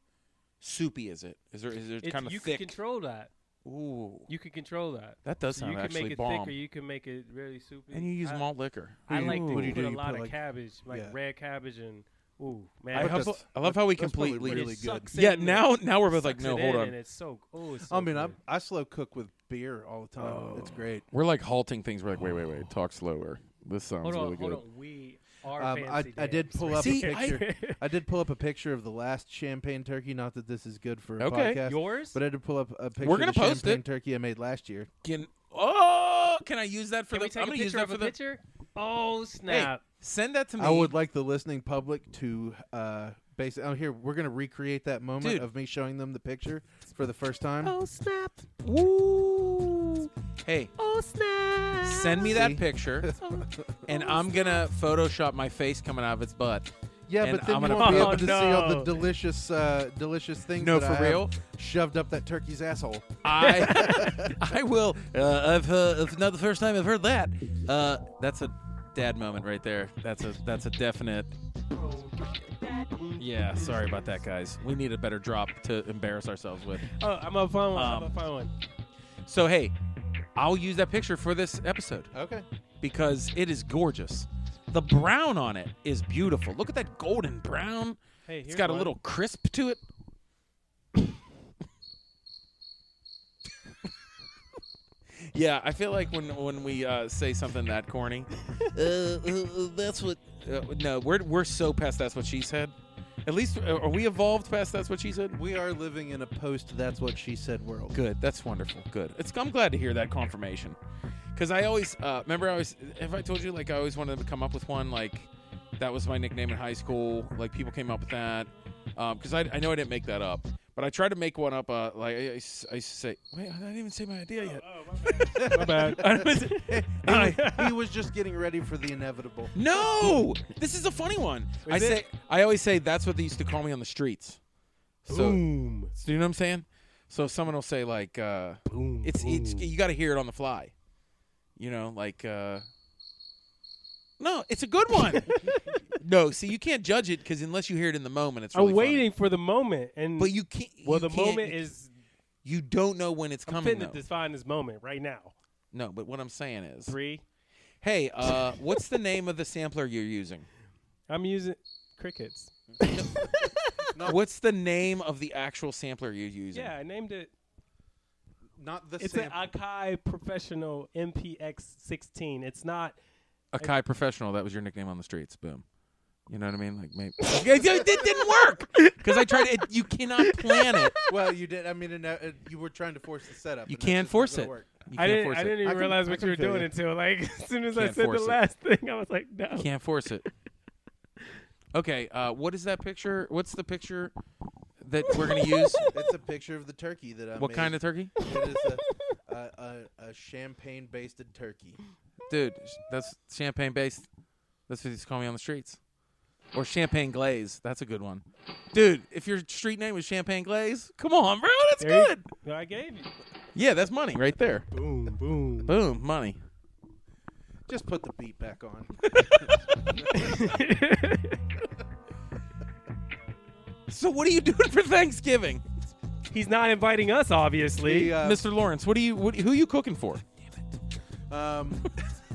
Speaker 1: soupy is it is there is it
Speaker 2: It's-
Speaker 1: kind of
Speaker 2: you
Speaker 1: thick
Speaker 2: can control that.
Speaker 1: ooh
Speaker 2: You can control that.
Speaker 1: that does
Speaker 2: So
Speaker 1: sound
Speaker 2: you can
Speaker 1: actually
Speaker 2: make it
Speaker 1: bomb
Speaker 2: thick, or you can make it really soupy.
Speaker 1: and you use
Speaker 2: I-
Speaker 1: malt liquor
Speaker 2: I
Speaker 3: What do
Speaker 2: like
Speaker 3: you-
Speaker 2: to
Speaker 3: what do
Speaker 2: put
Speaker 3: you do?
Speaker 2: a
Speaker 3: You
Speaker 2: lot
Speaker 3: put,
Speaker 2: of
Speaker 3: like-
Speaker 2: cabbage, like
Speaker 3: yeah.
Speaker 2: red cabbage, and ooh man,
Speaker 1: I,
Speaker 3: I
Speaker 2: it
Speaker 1: have,
Speaker 3: that's-
Speaker 1: I love how we
Speaker 3: that's probably
Speaker 1: completely
Speaker 3: really
Speaker 2: just
Speaker 3: good.
Speaker 2: sucks
Speaker 1: yeah
Speaker 2: in
Speaker 1: now now we're
Speaker 2: the-
Speaker 1: both like
Speaker 2: sucks
Speaker 1: no
Speaker 2: it
Speaker 1: hold
Speaker 2: in
Speaker 1: on
Speaker 2: and it's so oh, it's so
Speaker 3: I mean, I
Speaker 2: good.
Speaker 3: I slow cook with beer all the time.
Speaker 1: Oh.
Speaker 3: It's great.
Speaker 1: we're like halting things we're like wait wait wait talk slower this sounds
Speaker 2: Oh. hold on,
Speaker 1: really
Speaker 2: hold
Speaker 1: good
Speaker 2: on, we are
Speaker 3: Um, I,
Speaker 2: fancy.
Speaker 3: I did
Speaker 2: Dan.
Speaker 3: pull up
Speaker 1: See,
Speaker 3: a
Speaker 1: I-
Speaker 3: picture. I, did pull up a picture of the last champagne turkey. Not that this is good for a
Speaker 1: Okay.
Speaker 3: podcast,
Speaker 2: yours.
Speaker 3: but I did pull up a picture
Speaker 1: gonna
Speaker 3: of the
Speaker 1: post
Speaker 3: champagne
Speaker 1: it.
Speaker 3: turkey I made last year.
Speaker 1: can oh can I use that for
Speaker 2: Can
Speaker 1: the
Speaker 2: we take
Speaker 1: I'm
Speaker 2: a
Speaker 1: gonna use
Speaker 2: picture
Speaker 1: that
Speaker 2: of
Speaker 1: for
Speaker 2: a
Speaker 1: the
Speaker 2: picture? Oh snap!
Speaker 1: send that to me
Speaker 3: I would like the listening public to uh, basically. Oh, here we're gonna recreate that moment
Speaker 1: Dude.
Speaker 3: of me showing them the picture for the first time.
Speaker 4: Oh snap!
Speaker 1: Woo. hey
Speaker 4: Oh snap!
Speaker 1: send me that
Speaker 3: See?
Speaker 1: picture and I'm gonna Photoshop my face coming out of its butt.
Speaker 3: Yeah,
Speaker 1: And
Speaker 3: but then
Speaker 1: I'm
Speaker 3: you
Speaker 1: gonna-
Speaker 3: won't be able to see
Speaker 2: Oh,
Speaker 3: all the
Speaker 2: no.
Speaker 3: delicious, uh, delicious things.
Speaker 1: No,
Speaker 3: that
Speaker 1: for
Speaker 3: I have
Speaker 1: real.
Speaker 3: shoved up that turkey's asshole.
Speaker 1: I I will. Uh, I've uh, it's not the first time I've heard that. Uh, that's a dad moment right there. That's a that's a definite. Yeah, sorry about that, guys. We need a better drop to embarrass ourselves with.
Speaker 2: Oh, I'm gonna find one. I'm
Speaker 1: Um,
Speaker 2: gonna find one.
Speaker 1: So hey, I'll use that picture for this episode
Speaker 3: Okay.
Speaker 1: because it is gorgeous. The brown on it is beautiful. Look at that golden brown.
Speaker 2: Hey,
Speaker 1: It's
Speaker 2: here's
Speaker 1: got a
Speaker 2: one.
Speaker 1: little crisp to it. yeah, I feel like when when we uh, say something that corny, uh, uh, uh, that's what. Uh, no, we're we're so past. That's what she said. At least uh, are we evolved past? That's what she said.
Speaker 3: We are living in a post. That's what she said. World.
Speaker 1: Good. That's wonderful. Good. It's, I'm glad to hear that confirmation. Because I always uh, remember. I always have I told you like I always wanted to come up with one like that was my nickname in high school. Like people came up with that because I, I know I didn't make that up, but I tried to make one up. Uh, like I, I s- I used to say, wait, I didn't even say my idea yet.
Speaker 2: My bad.
Speaker 1: I was- I-
Speaker 3: he was just getting ready for the inevitable.
Speaker 1: no, this is a funny one. I
Speaker 2: Is
Speaker 1: say I always say that's what they used to call me on the streets. So
Speaker 2: Boom.
Speaker 1: do you know what I'm saying? So someone will say like. Uh,
Speaker 2: Boom.
Speaker 1: It's it's you got to hear it on the fly. You know, like uh No, it's a good one. no, see you can't judge it cuz unless you hear it in the moment it's really
Speaker 2: I'm
Speaker 1: funny.
Speaker 2: waiting for the moment, and
Speaker 1: But you can't
Speaker 2: well,
Speaker 1: you
Speaker 2: the
Speaker 1: can't-
Speaker 2: moment is
Speaker 1: you don't know when it's
Speaker 2: I'm
Speaker 1: coming
Speaker 2: fitting to
Speaker 1: though.
Speaker 2: define this moment right now.
Speaker 1: No, but what I'm saying is,
Speaker 2: Three.
Speaker 1: hey, uh, what's the name of the sampler you're using?
Speaker 2: I'm using crickets.
Speaker 1: What's the name of the actual sampler you're using?
Speaker 2: Yeah, I named it.
Speaker 3: Not the
Speaker 2: It's
Speaker 3: same.
Speaker 2: an Akai Professional MPX16. It's not.
Speaker 1: Akai Professional. That was your nickname on the streets. Boom. You know what I mean? Like maybe it, it didn't work because I tried. It, you cannot plan it.
Speaker 3: well, you did. I mean, and, uh, uh, you were trying to force the setup.
Speaker 1: You
Speaker 3: and that's
Speaker 1: can't
Speaker 3: just not
Speaker 1: force
Speaker 3: gonna
Speaker 1: it.
Speaker 3: work.
Speaker 1: You
Speaker 2: I
Speaker 1: can't
Speaker 2: didn't.
Speaker 1: force
Speaker 2: I
Speaker 1: it.
Speaker 2: didn't even
Speaker 3: I can-
Speaker 2: realize
Speaker 3: I
Speaker 2: what
Speaker 3: can
Speaker 2: you were
Speaker 3: feel
Speaker 2: doing
Speaker 3: you.
Speaker 2: until like as soon as I
Speaker 1: Can't
Speaker 2: said the
Speaker 1: force it.
Speaker 2: last thing, I was like, no.
Speaker 1: Can't force it. Okay, uh, what is that picture? What's the picture that we're gonna use?
Speaker 3: It's a picture of the turkey that I
Speaker 1: what kind of turkey,
Speaker 3: It is a, a, a, a champagne basted turkey.
Speaker 1: dude? sh- That's champagne based. That's what he's calling me on the streets. Or champagne glaze. That's a good one, dude. If your street name was champagne glaze, come on, bro. That's
Speaker 2: There you-
Speaker 1: good.
Speaker 2: No, I gave you.
Speaker 1: Yeah, that's money right there.
Speaker 2: Boom, boom.
Speaker 1: Boom, money.
Speaker 3: Just put the beat back on.
Speaker 1: So what are you doing for Thanksgiving,
Speaker 2: He's not inviting us, obviously.
Speaker 3: We, uh,
Speaker 1: Mr. Lawrence? What are you? What, who are you cooking for?
Speaker 3: um,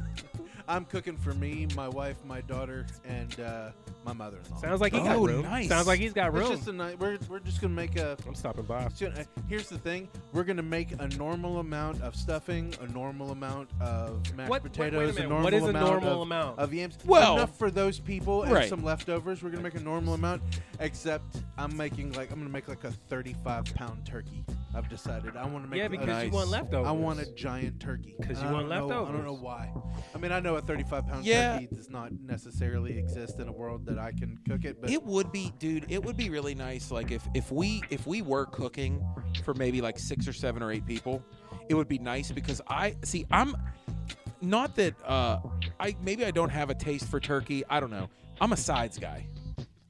Speaker 3: I'm cooking for me, my wife, my daughter, and uh, my mother-in-law.
Speaker 2: Sounds like he got
Speaker 1: Oh,
Speaker 2: room.
Speaker 1: nice.
Speaker 2: Sounds like he's got
Speaker 3: it's
Speaker 2: room.
Speaker 3: just a night. We're, we're just gonna make a.
Speaker 2: I'm stopping by.
Speaker 3: it's gonna- uh, Here's the thing: we're gonna make a normal amount of stuffing, a normal amount of mashed
Speaker 2: What- wait- wait a
Speaker 3: potatoes,
Speaker 2: minute,
Speaker 3: a normal
Speaker 2: what is a
Speaker 3: amount
Speaker 2: normal
Speaker 3: of,
Speaker 2: amount?
Speaker 3: of yams.
Speaker 1: Well-
Speaker 3: enough for those people and
Speaker 1: Right.
Speaker 3: some leftovers. We're gonna make a normal amount, except I'm making like I'm gonna make like a 35 pound turkey. I've decided I want to make.
Speaker 2: Yeah,
Speaker 3: a-
Speaker 2: because
Speaker 1: Nice.
Speaker 2: you want leftovers.
Speaker 3: I want a giant turkey.
Speaker 2: 'Cause
Speaker 3: And
Speaker 2: you
Speaker 3: I don't
Speaker 2: want
Speaker 3: know- I
Speaker 2: leftovers.
Speaker 3: don't know why. I mean, I know a 35 pound
Speaker 1: Yeah.
Speaker 3: turkey does not necessarily exist in a world that I can cook it, but
Speaker 1: It would be, dude. It would be really nice, like if if we if we were cooking for maybe like six or seven or eight people, it would be nice because I see I'm not that uh I maybe I don't have a taste for turkey. I don't know. I'm a sides guy.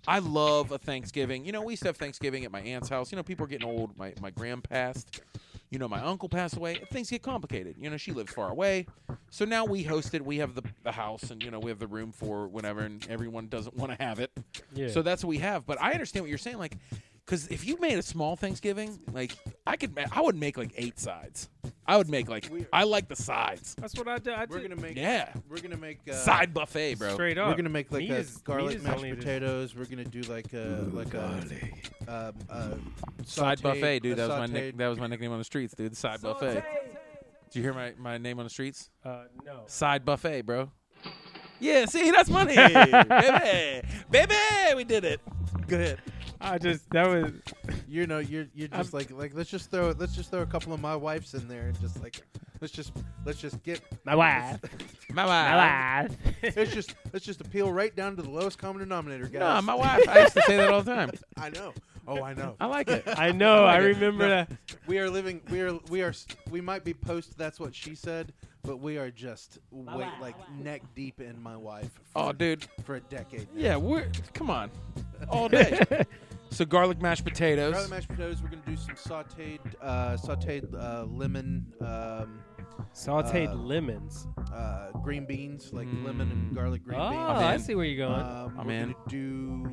Speaker 1: I love a Thanksgiving. You know, we used to have Thanksgiving at my aunt's house. You know, people are getting old. My my grand passed. You know, my uncle passed away. Things get complicated. You know, she lives far away. So now we host it. We have the, the house and, you know, we have the room for whenever, and everyone doesn't want to have it.
Speaker 2: Yeah.
Speaker 1: So that's what we have. But I understand what you're saying. Like, because if you made a small Thanksgiving, like, I could, ma- I would make like eight sides. I would make like, I like the sides.
Speaker 2: That's what I do. I
Speaker 3: we're
Speaker 2: do-
Speaker 3: gonna make.
Speaker 1: Yeah.
Speaker 3: We're gonna make uh,
Speaker 1: Side buffet, bro.
Speaker 2: straight up.
Speaker 3: We're gonna make like
Speaker 2: Meat
Speaker 3: a
Speaker 2: is- meat
Speaker 3: garlic
Speaker 2: is
Speaker 3: mashed
Speaker 2: only the-
Speaker 3: potatoes. We're gonna do like a like a um, uh,
Speaker 1: Side
Speaker 3: sauteed-
Speaker 1: buffet,
Speaker 3: a
Speaker 1: dude. That was my nick-
Speaker 3: sauteed-
Speaker 1: that was my nickname on the streets, dude. Side buffet. Do you hear my, my name on the streets?
Speaker 2: Uh, no.
Speaker 1: Side buffet, bro. Yeah, see, that's money, baby, baby. We did it. Go ahead.
Speaker 2: I just that was
Speaker 3: You know, you're you're just like like let's just throw let's just throw a couple of my wife's in there and just like let's just let's just get
Speaker 4: My wife.
Speaker 1: My
Speaker 4: My wife.
Speaker 3: let's just let's just appeal right down to the lowest common denominator, guys.
Speaker 1: No, my wife. I used to say that all the time.
Speaker 3: I know. Oh, I know.
Speaker 1: I like it.
Speaker 2: I know, I
Speaker 1: like it.
Speaker 3: No.
Speaker 2: remember that.
Speaker 3: We are living. We are. We are. s- We might be post. That's what she said. But we are just wait
Speaker 4: wife,
Speaker 3: like
Speaker 4: my wife.
Speaker 3: neck deep in my wife. For,
Speaker 1: Oh, dude.
Speaker 3: for a decade. now.
Speaker 1: Yeah, we're come on, all day. so garlic mashed potatoes.
Speaker 3: Garlic mashed potatoes. We're gonna do some sautéed, uh, sautéed uh, lemon, um,
Speaker 2: Sauteed
Speaker 3: Uh,
Speaker 2: lemons.
Speaker 3: uh, green beans, like
Speaker 1: Mm.
Speaker 3: lemon and garlic green
Speaker 2: Oh,
Speaker 3: beans.
Speaker 2: I
Speaker 1: in.
Speaker 2: see where you're going.
Speaker 3: Um,
Speaker 1: I'm
Speaker 3: we're
Speaker 1: in.
Speaker 3: gonna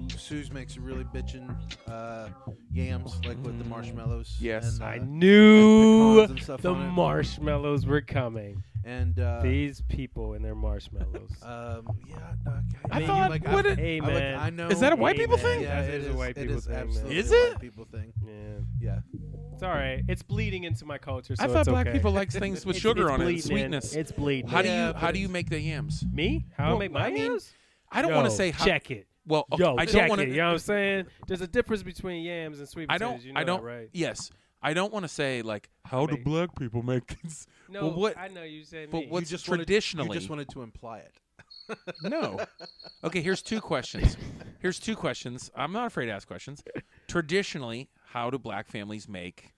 Speaker 3: do. Sue's makes really bitchin' uh, yams, like with the
Speaker 1: Mm.
Speaker 3: marshmallows.
Speaker 1: Yes.
Speaker 3: and, uh,
Speaker 2: I knew
Speaker 3: and pecans and stuff
Speaker 2: the
Speaker 3: on it.
Speaker 2: marshmallows were coming.
Speaker 3: and uh,
Speaker 2: These people and their marshmallows.
Speaker 3: um, yeah, okay.
Speaker 1: I
Speaker 3: Man,
Speaker 1: thought-
Speaker 3: you, like,
Speaker 1: what
Speaker 3: I,
Speaker 1: it-
Speaker 2: hey
Speaker 3: I, like,
Speaker 2: man,
Speaker 3: I know.
Speaker 1: Is that a white people
Speaker 2: Amen.
Speaker 1: thing?
Speaker 3: Yeah,
Speaker 2: That
Speaker 3: it
Speaker 2: is a
Speaker 3: is
Speaker 2: white people
Speaker 3: It is
Speaker 2: thing, man.
Speaker 3: absolutely
Speaker 1: Is
Speaker 3: a
Speaker 1: it?
Speaker 3: white people thing.
Speaker 2: yeah.
Speaker 3: Yeah.
Speaker 2: It's all right. It's bleeding into my culture. So
Speaker 1: I thought
Speaker 2: it's
Speaker 1: black
Speaker 2: okay.
Speaker 1: people liked things with
Speaker 2: It's-
Speaker 1: sugar
Speaker 2: it's
Speaker 1: on it, and
Speaker 2: bleeding in.
Speaker 1: sweetness.
Speaker 2: It's bleeding.
Speaker 1: How do
Speaker 3: Yeah,
Speaker 1: you
Speaker 3: but
Speaker 1: how do
Speaker 3: it's-
Speaker 1: you make the yams?
Speaker 2: me? How
Speaker 1: Well,
Speaker 2: I make my
Speaker 1: I mean,
Speaker 2: yams?
Speaker 1: I don't want to
Speaker 2: Yo,
Speaker 1: say how.
Speaker 2: check it.
Speaker 1: Well, okay,
Speaker 2: Yo,
Speaker 1: I don't
Speaker 2: check
Speaker 1: want
Speaker 2: it. You
Speaker 1: to.
Speaker 2: know what I'm saying? There's a difference between yams and sweet
Speaker 1: I
Speaker 2: potatoes.
Speaker 1: don't.
Speaker 2: You know
Speaker 1: I
Speaker 2: that,
Speaker 1: don't.
Speaker 2: right?
Speaker 1: Yes, I don't want to say like how do
Speaker 2: Make-
Speaker 1: black people make this.
Speaker 2: No,
Speaker 1: Well, what-
Speaker 2: I know you said
Speaker 1: but
Speaker 2: me.
Speaker 1: what-
Speaker 3: You
Speaker 1: What's
Speaker 3: just wanted-
Speaker 1: traditionally-
Speaker 3: you just wanted to imply it.
Speaker 1: No. Okay, here's two questions. Here's two questions. I'm not afraid to ask questions. Traditionally, how do black families make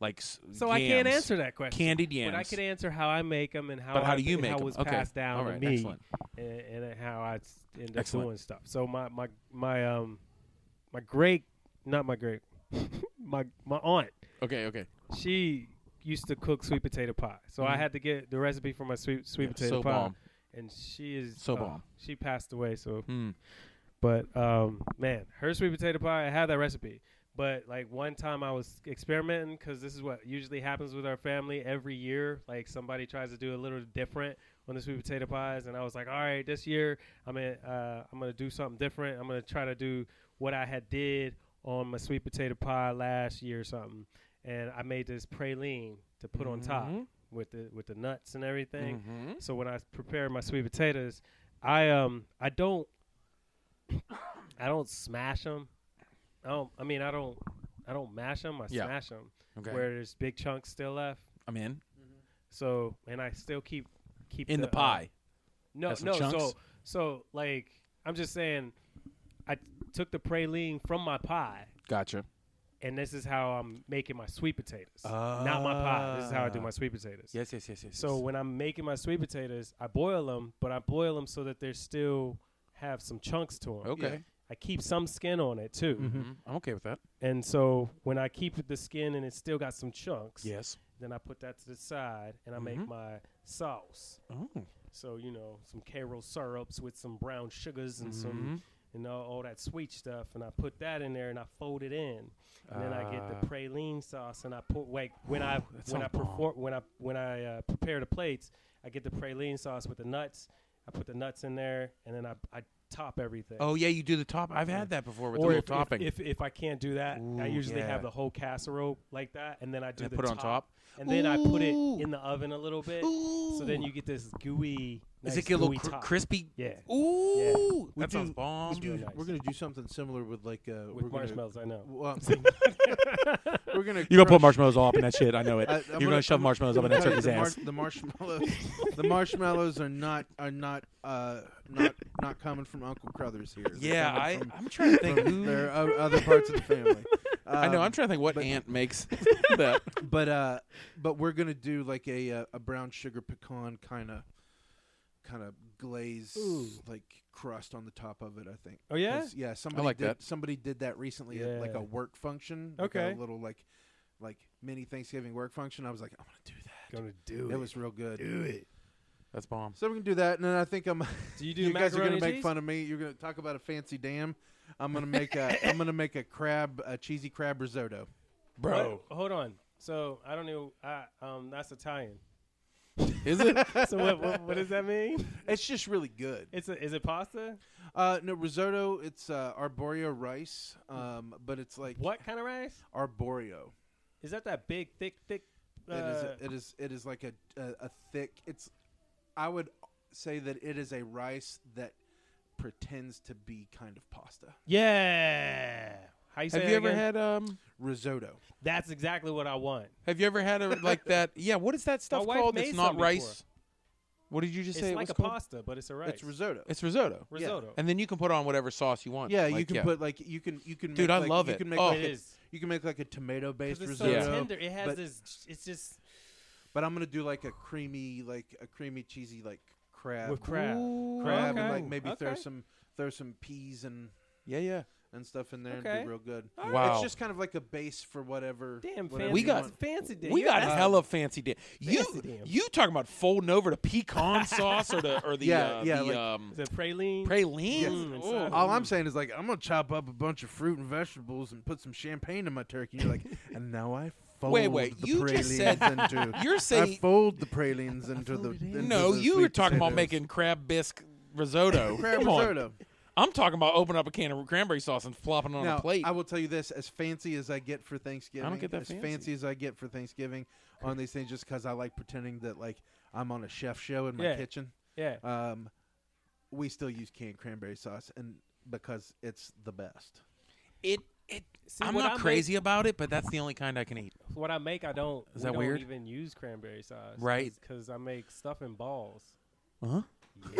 Speaker 1: like s-
Speaker 2: so I can't
Speaker 1: yams?
Speaker 2: answer that question.
Speaker 1: candied yams?
Speaker 2: But I could answer how I make them and how
Speaker 1: But how
Speaker 2: I-
Speaker 1: do you
Speaker 2: and
Speaker 1: make
Speaker 2: how
Speaker 1: 'em?
Speaker 2: was
Speaker 1: Okay.
Speaker 2: passed down
Speaker 1: All
Speaker 2: to
Speaker 1: right,
Speaker 2: me
Speaker 1: excellent.
Speaker 2: And, and how I s- end up
Speaker 1: Excellent.
Speaker 2: doing stuff. So my my my um my great not my great my my aunt
Speaker 1: Okay, okay.
Speaker 2: she used to cook sweet potato pie. So I had to get the recipe for my sweet sweet
Speaker 1: Mm-hmm. Yeah,
Speaker 2: potato
Speaker 1: so
Speaker 2: pie.
Speaker 1: bomb.
Speaker 2: And she is
Speaker 1: So
Speaker 2: uh,
Speaker 1: bomb.
Speaker 2: She passed away. So
Speaker 1: Hmm.
Speaker 2: But um, man, her sweet potato pie, I had that recipe. But like one time I was experimenting because this is what usually happens with our family every year. Like somebody tries to do a little different on the sweet potato pies, and I was like, all right, this year I'm gonna uh, I'm gonna do something different. I'm gonna try to do what I had did on my sweet potato pie last year or something. And I made this praline to put on top
Speaker 1: Mhm.
Speaker 2: with the with the nuts and everything.
Speaker 1: Mhm.
Speaker 2: So when I prepare my sweet potatoes, I um I don't I don't smash them. I don't. I mean, I don't. I don't mash them. I
Speaker 1: Yeah.
Speaker 2: smash them
Speaker 1: Okay.
Speaker 2: where there's big chunks still left.
Speaker 1: I'm in.
Speaker 2: So and I still keep keep
Speaker 1: In the,
Speaker 2: uh,
Speaker 1: pie.
Speaker 2: no,
Speaker 1: Has some
Speaker 2: no.
Speaker 1: chunks?
Speaker 2: So so like I'm just saying, I took the praline from my pie.
Speaker 1: Gotcha.
Speaker 2: And this is how I'm making my sweet potatoes. Not my pie. This is how I do
Speaker 1: Ah.
Speaker 2: my sweet potatoes.
Speaker 1: Yes, yes, yes, yes.
Speaker 2: So when I'm making my sweet potatoes, I boil them, but I boil them so that they still have some chunks to them.
Speaker 1: okay,
Speaker 2: I keep some skin on it too.
Speaker 1: Mhm. I'm okay with that.
Speaker 2: And so when I keep the skin and it's still got some chunks,
Speaker 1: Yes.
Speaker 2: then I put that to the side and I
Speaker 1: Mhm.
Speaker 2: make my sauce.
Speaker 1: Oh.
Speaker 2: So, you know, some Cairo syrups with some brown sugars and some
Speaker 1: Mm-hmm.
Speaker 2: and all, all that sweet stuff and I put that in there and I fold it in. And then I get the
Speaker 1: Ah.
Speaker 2: praline sauce and I put like when I
Speaker 1: That
Speaker 2: when I
Speaker 1: sounds bomb.
Speaker 2: perform when I when I uh, prepare the plates, I get the praline sauce with the nuts. I put the nuts in there and then I, I top everything.
Speaker 1: Oh yeah, you do the top. I've had that before with the
Speaker 2: or
Speaker 1: little
Speaker 2: if,
Speaker 1: topping.
Speaker 2: If, if if I can't do that,
Speaker 1: Ooh,
Speaker 2: I usually
Speaker 1: yeah.
Speaker 2: have the whole casserole like that, and then I do
Speaker 1: And then
Speaker 2: the
Speaker 1: put it on top.
Speaker 2: and then I put it
Speaker 1: Ooh.
Speaker 2: in the oven a little bit. So then
Speaker 1: Ooh.
Speaker 2: you get this gooey.
Speaker 1: Does
Speaker 2: Nice
Speaker 1: it get a little
Speaker 2: gooey
Speaker 1: cr-
Speaker 2: top.
Speaker 1: crispy?
Speaker 2: Yeah,
Speaker 1: Ooh,
Speaker 3: We
Speaker 1: that sounds
Speaker 3: do-
Speaker 1: bomb.
Speaker 3: we do,
Speaker 2: really nice.
Speaker 3: We're gonna do something similar with like uh,
Speaker 2: with
Speaker 3: we're
Speaker 2: marshmallows. I know.
Speaker 3: Gonna, well,
Speaker 1: You
Speaker 3: we're gonna
Speaker 1: gonna put
Speaker 3: crush-
Speaker 1: marshmallows all up in that shit? I know it.
Speaker 3: I- I'm
Speaker 1: You're gonna,
Speaker 3: gonna-
Speaker 1: shove
Speaker 3: I'm-
Speaker 1: marshmallows up in
Speaker 3: I'm
Speaker 1: that
Speaker 3: telling you,
Speaker 1: turkey's ass.
Speaker 3: the mar- the marshmallows, the marshmallows are not are not uh not not coming from Uncle Crothers here. They're
Speaker 1: yeah,
Speaker 3: coming
Speaker 1: I,
Speaker 3: from-
Speaker 1: I'm trying to think.
Speaker 3: from
Speaker 1: who-
Speaker 3: their o- other parts of the family.
Speaker 1: I know.
Speaker 3: Um,
Speaker 1: I'm trying to think what
Speaker 3: but-
Speaker 1: aunt makes that.
Speaker 3: but uh, but we're gonna do like a uh, a brown sugar pecan kind of kind of glaze
Speaker 2: Ooh.
Speaker 3: like crust on the top of it. I think.
Speaker 2: Oh yeah.
Speaker 3: 'Cause, yeah. Somebody
Speaker 1: like
Speaker 3: did,
Speaker 1: that.
Speaker 3: Somebody did that recently at like
Speaker 2: Yeah.
Speaker 3: a work function. like a
Speaker 2: Okay.
Speaker 3: little like like mini Thanksgiving work function. I was like, I'm gonna do that.
Speaker 2: Gonna do
Speaker 3: It was real good.
Speaker 2: it.
Speaker 1: That's bomb.
Speaker 3: So we can do that, and then I think I'm.
Speaker 2: Do you do
Speaker 3: You guys are
Speaker 2: macaroni
Speaker 3: gonna
Speaker 2: and
Speaker 3: make
Speaker 2: cheese?
Speaker 3: fun of me. You're gonna talk about a fancy dam. I'm gonna make a I'm gonna make a crab a cheesy crab risotto.
Speaker 1: Bro,
Speaker 2: What? Hold on. So I don't know. I, um, that's Italian.
Speaker 1: is it?
Speaker 2: So what, what? What does that mean?
Speaker 3: It's just really good.
Speaker 2: It's a, is it pasta?
Speaker 3: Uh, no risotto. It's uh, arborio rice, um, but it's like
Speaker 2: What kind of rice?
Speaker 3: arborio.
Speaker 2: Is that that big, thick, thick? Uh,
Speaker 3: it is. It is. It is like a, a a thick. It's. I would say that it is a rice that pretends to be kind of pasta
Speaker 2: yeah. How you say
Speaker 1: Have
Speaker 2: that
Speaker 1: you ever
Speaker 2: again?
Speaker 1: had um?
Speaker 3: risotto.
Speaker 2: That's exactly what I want.
Speaker 1: Have you ever had a like that? Yeah. What is that stuff
Speaker 2: wife
Speaker 1: called?
Speaker 2: made
Speaker 1: It's
Speaker 2: some
Speaker 1: not
Speaker 2: before.
Speaker 1: rice. What did you just
Speaker 2: It's
Speaker 1: say? it
Speaker 2: like
Speaker 1: was
Speaker 2: a
Speaker 1: called?
Speaker 2: pasta, but it's a rice.
Speaker 3: It's risotto.
Speaker 1: It's risotto.
Speaker 2: risotto.
Speaker 1: And then you can put on whatever sauce you want.
Speaker 3: yeah, you
Speaker 1: Like,
Speaker 3: can put like you can you can
Speaker 1: Dude,
Speaker 3: make,
Speaker 1: I
Speaker 3: like,
Speaker 1: love
Speaker 3: you
Speaker 1: it.
Speaker 3: Can make
Speaker 1: Oh.
Speaker 3: like
Speaker 2: it
Speaker 3: a-
Speaker 2: is.
Speaker 3: You can make like a tomato
Speaker 2: 'Cause
Speaker 3: based
Speaker 2: it's
Speaker 3: risotto.
Speaker 2: so
Speaker 1: Yeah.
Speaker 2: tender. It has
Speaker 3: but-
Speaker 2: this. It's just
Speaker 3: But I'm gonna do like a creamy, like a creamy cheesy, like crab,
Speaker 2: with crab.
Speaker 1: Ooh.
Speaker 3: crab, and
Speaker 2: Okay.
Speaker 3: like maybe throw
Speaker 2: Okay.
Speaker 3: some throw some peas and
Speaker 1: Yeah, yeah.
Speaker 3: and stuff in there and
Speaker 2: Okay.
Speaker 3: be real good.
Speaker 1: right. Wow.
Speaker 3: it's just kind of like a base for whatever.
Speaker 2: Damn,
Speaker 3: whatever
Speaker 2: fancy.
Speaker 1: We
Speaker 3: you
Speaker 1: got-
Speaker 3: want.
Speaker 2: fancy. Dude.
Speaker 1: We
Speaker 2: You're
Speaker 1: got
Speaker 2: not-
Speaker 1: hella fancy dip. You
Speaker 2: Fancy dip.
Speaker 1: you talking about folding over to pecan sauce or the or the
Speaker 3: Yeah,
Speaker 1: uh,
Speaker 3: yeah,
Speaker 1: the,
Speaker 3: like-
Speaker 1: um,
Speaker 2: Is it praline?
Speaker 1: praline?
Speaker 2: Yes.
Speaker 3: Mm,
Speaker 1: Ooh.
Speaker 2: Inside.
Speaker 3: All I'm saying is like I'm gonna chop up a bunch of fruit and vegetables and put some champagne in my turkey. And you're like, and now I fold
Speaker 1: Wait, wait,
Speaker 3: the
Speaker 1: you
Speaker 3: pralines
Speaker 1: just said-
Speaker 3: into.
Speaker 1: You're
Speaker 3: I
Speaker 1: saying
Speaker 3: fold the pralines into the. into
Speaker 1: no?
Speaker 3: the
Speaker 1: You
Speaker 3: sweet
Speaker 1: were talking about
Speaker 3: potatoes.
Speaker 1: making crab bisque risotto.
Speaker 3: crab
Speaker 1: Come on.
Speaker 3: risotto.
Speaker 1: I'm talking about opening up a can of cranberry sauce and flopping it on
Speaker 3: now,
Speaker 1: a plate.
Speaker 3: I will tell you this: as fancy as I get for Thanksgiving,
Speaker 1: get that
Speaker 3: as
Speaker 1: fancy.
Speaker 3: fancy. as I get for Thanksgiving on these things, just because I like pretending that like I'm on a chef show in my
Speaker 2: Yeah.
Speaker 3: kitchen.
Speaker 2: Yeah.
Speaker 3: Um, we still use canned cranberry sauce, and because it's the best.
Speaker 1: it it.
Speaker 2: See,
Speaker 1: I'm
Speaker 2: what I
Speaker 1: not
Speaker 2: make-
Speaker 1: crazy about it, but that's the only kind I can eat.
Speaker 2: what I make, I don't.
Speaker 1: Is
Speaker 2: we
Speaker 1: that
Speaker 2: don't
Speaker 1: weird?
Speaker 2: Even use cranberry sauce,
Speaker 1: Right.
Speaker 2: Because I make stuff in balls.
Speaker 1: Huh?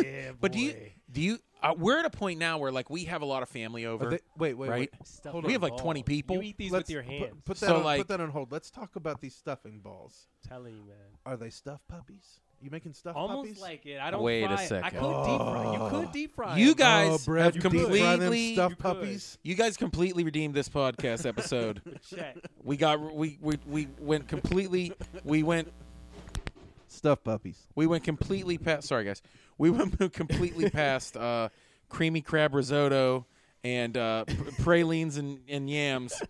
Speaker 2: Yeah,
Speaker 1: But do you
Speaker 2: boy.
Speaker 1: do you? Uh, we're at a point now where like we have a lot of family over.
Speaker 3: They- wait, wait,
Speaker 1: right?
Speaker 3: wait.
Speaker 2: Stuff
Speaker 3: Hold
Speaker 2: in
Speaker 1: We have, like,
Speaker 2: balls.
Speaker 1: 20 people.
Speaker 2: You eat these
Speaker 3: Let's
Speaker 2: with your
Speaker 3: pu-
Speaker 2: hands.
Speaker 3: Put, that
Speaker 1: So,
Speaker 3: on,
Speaker 1: like-
Speaker 3: put that on hold. Let's talk about these stuffing balls.
Speaker 2: telling you, man.
Speaker 3: Are they stuffed puppies? You making stuffed
Speaker 2: Almost
Speaker 3: puppies?
Speaker 2: like it. I don't
Speaker 1: Wait a
Speaker 2: fry it. I
Speaker 1: second. Oh.
Speaker 2: could deep fry. You could deep fry.
Speaker 1: You got-
Speaker 2: it.
Speaker 1: guys
Speaker 3: oh, Brad,
Speaker 1: have
Speaker 3: you deep fry them
Speaker 1: completely-
Speaker 3: stuffed
Speaker 2: You could.
Speaker 3: puppies.
Speaker 1: you guys completely redeemed this podcast episode.
Speaker 2: Check.
Speaker 1: We got we, we we went completely we went
Speaker 3: Stuffed puppies.
Speaker 1: we went completely past sorry guys. We went completely past uh creamy crab risotto and uh pr- pralines and, and yams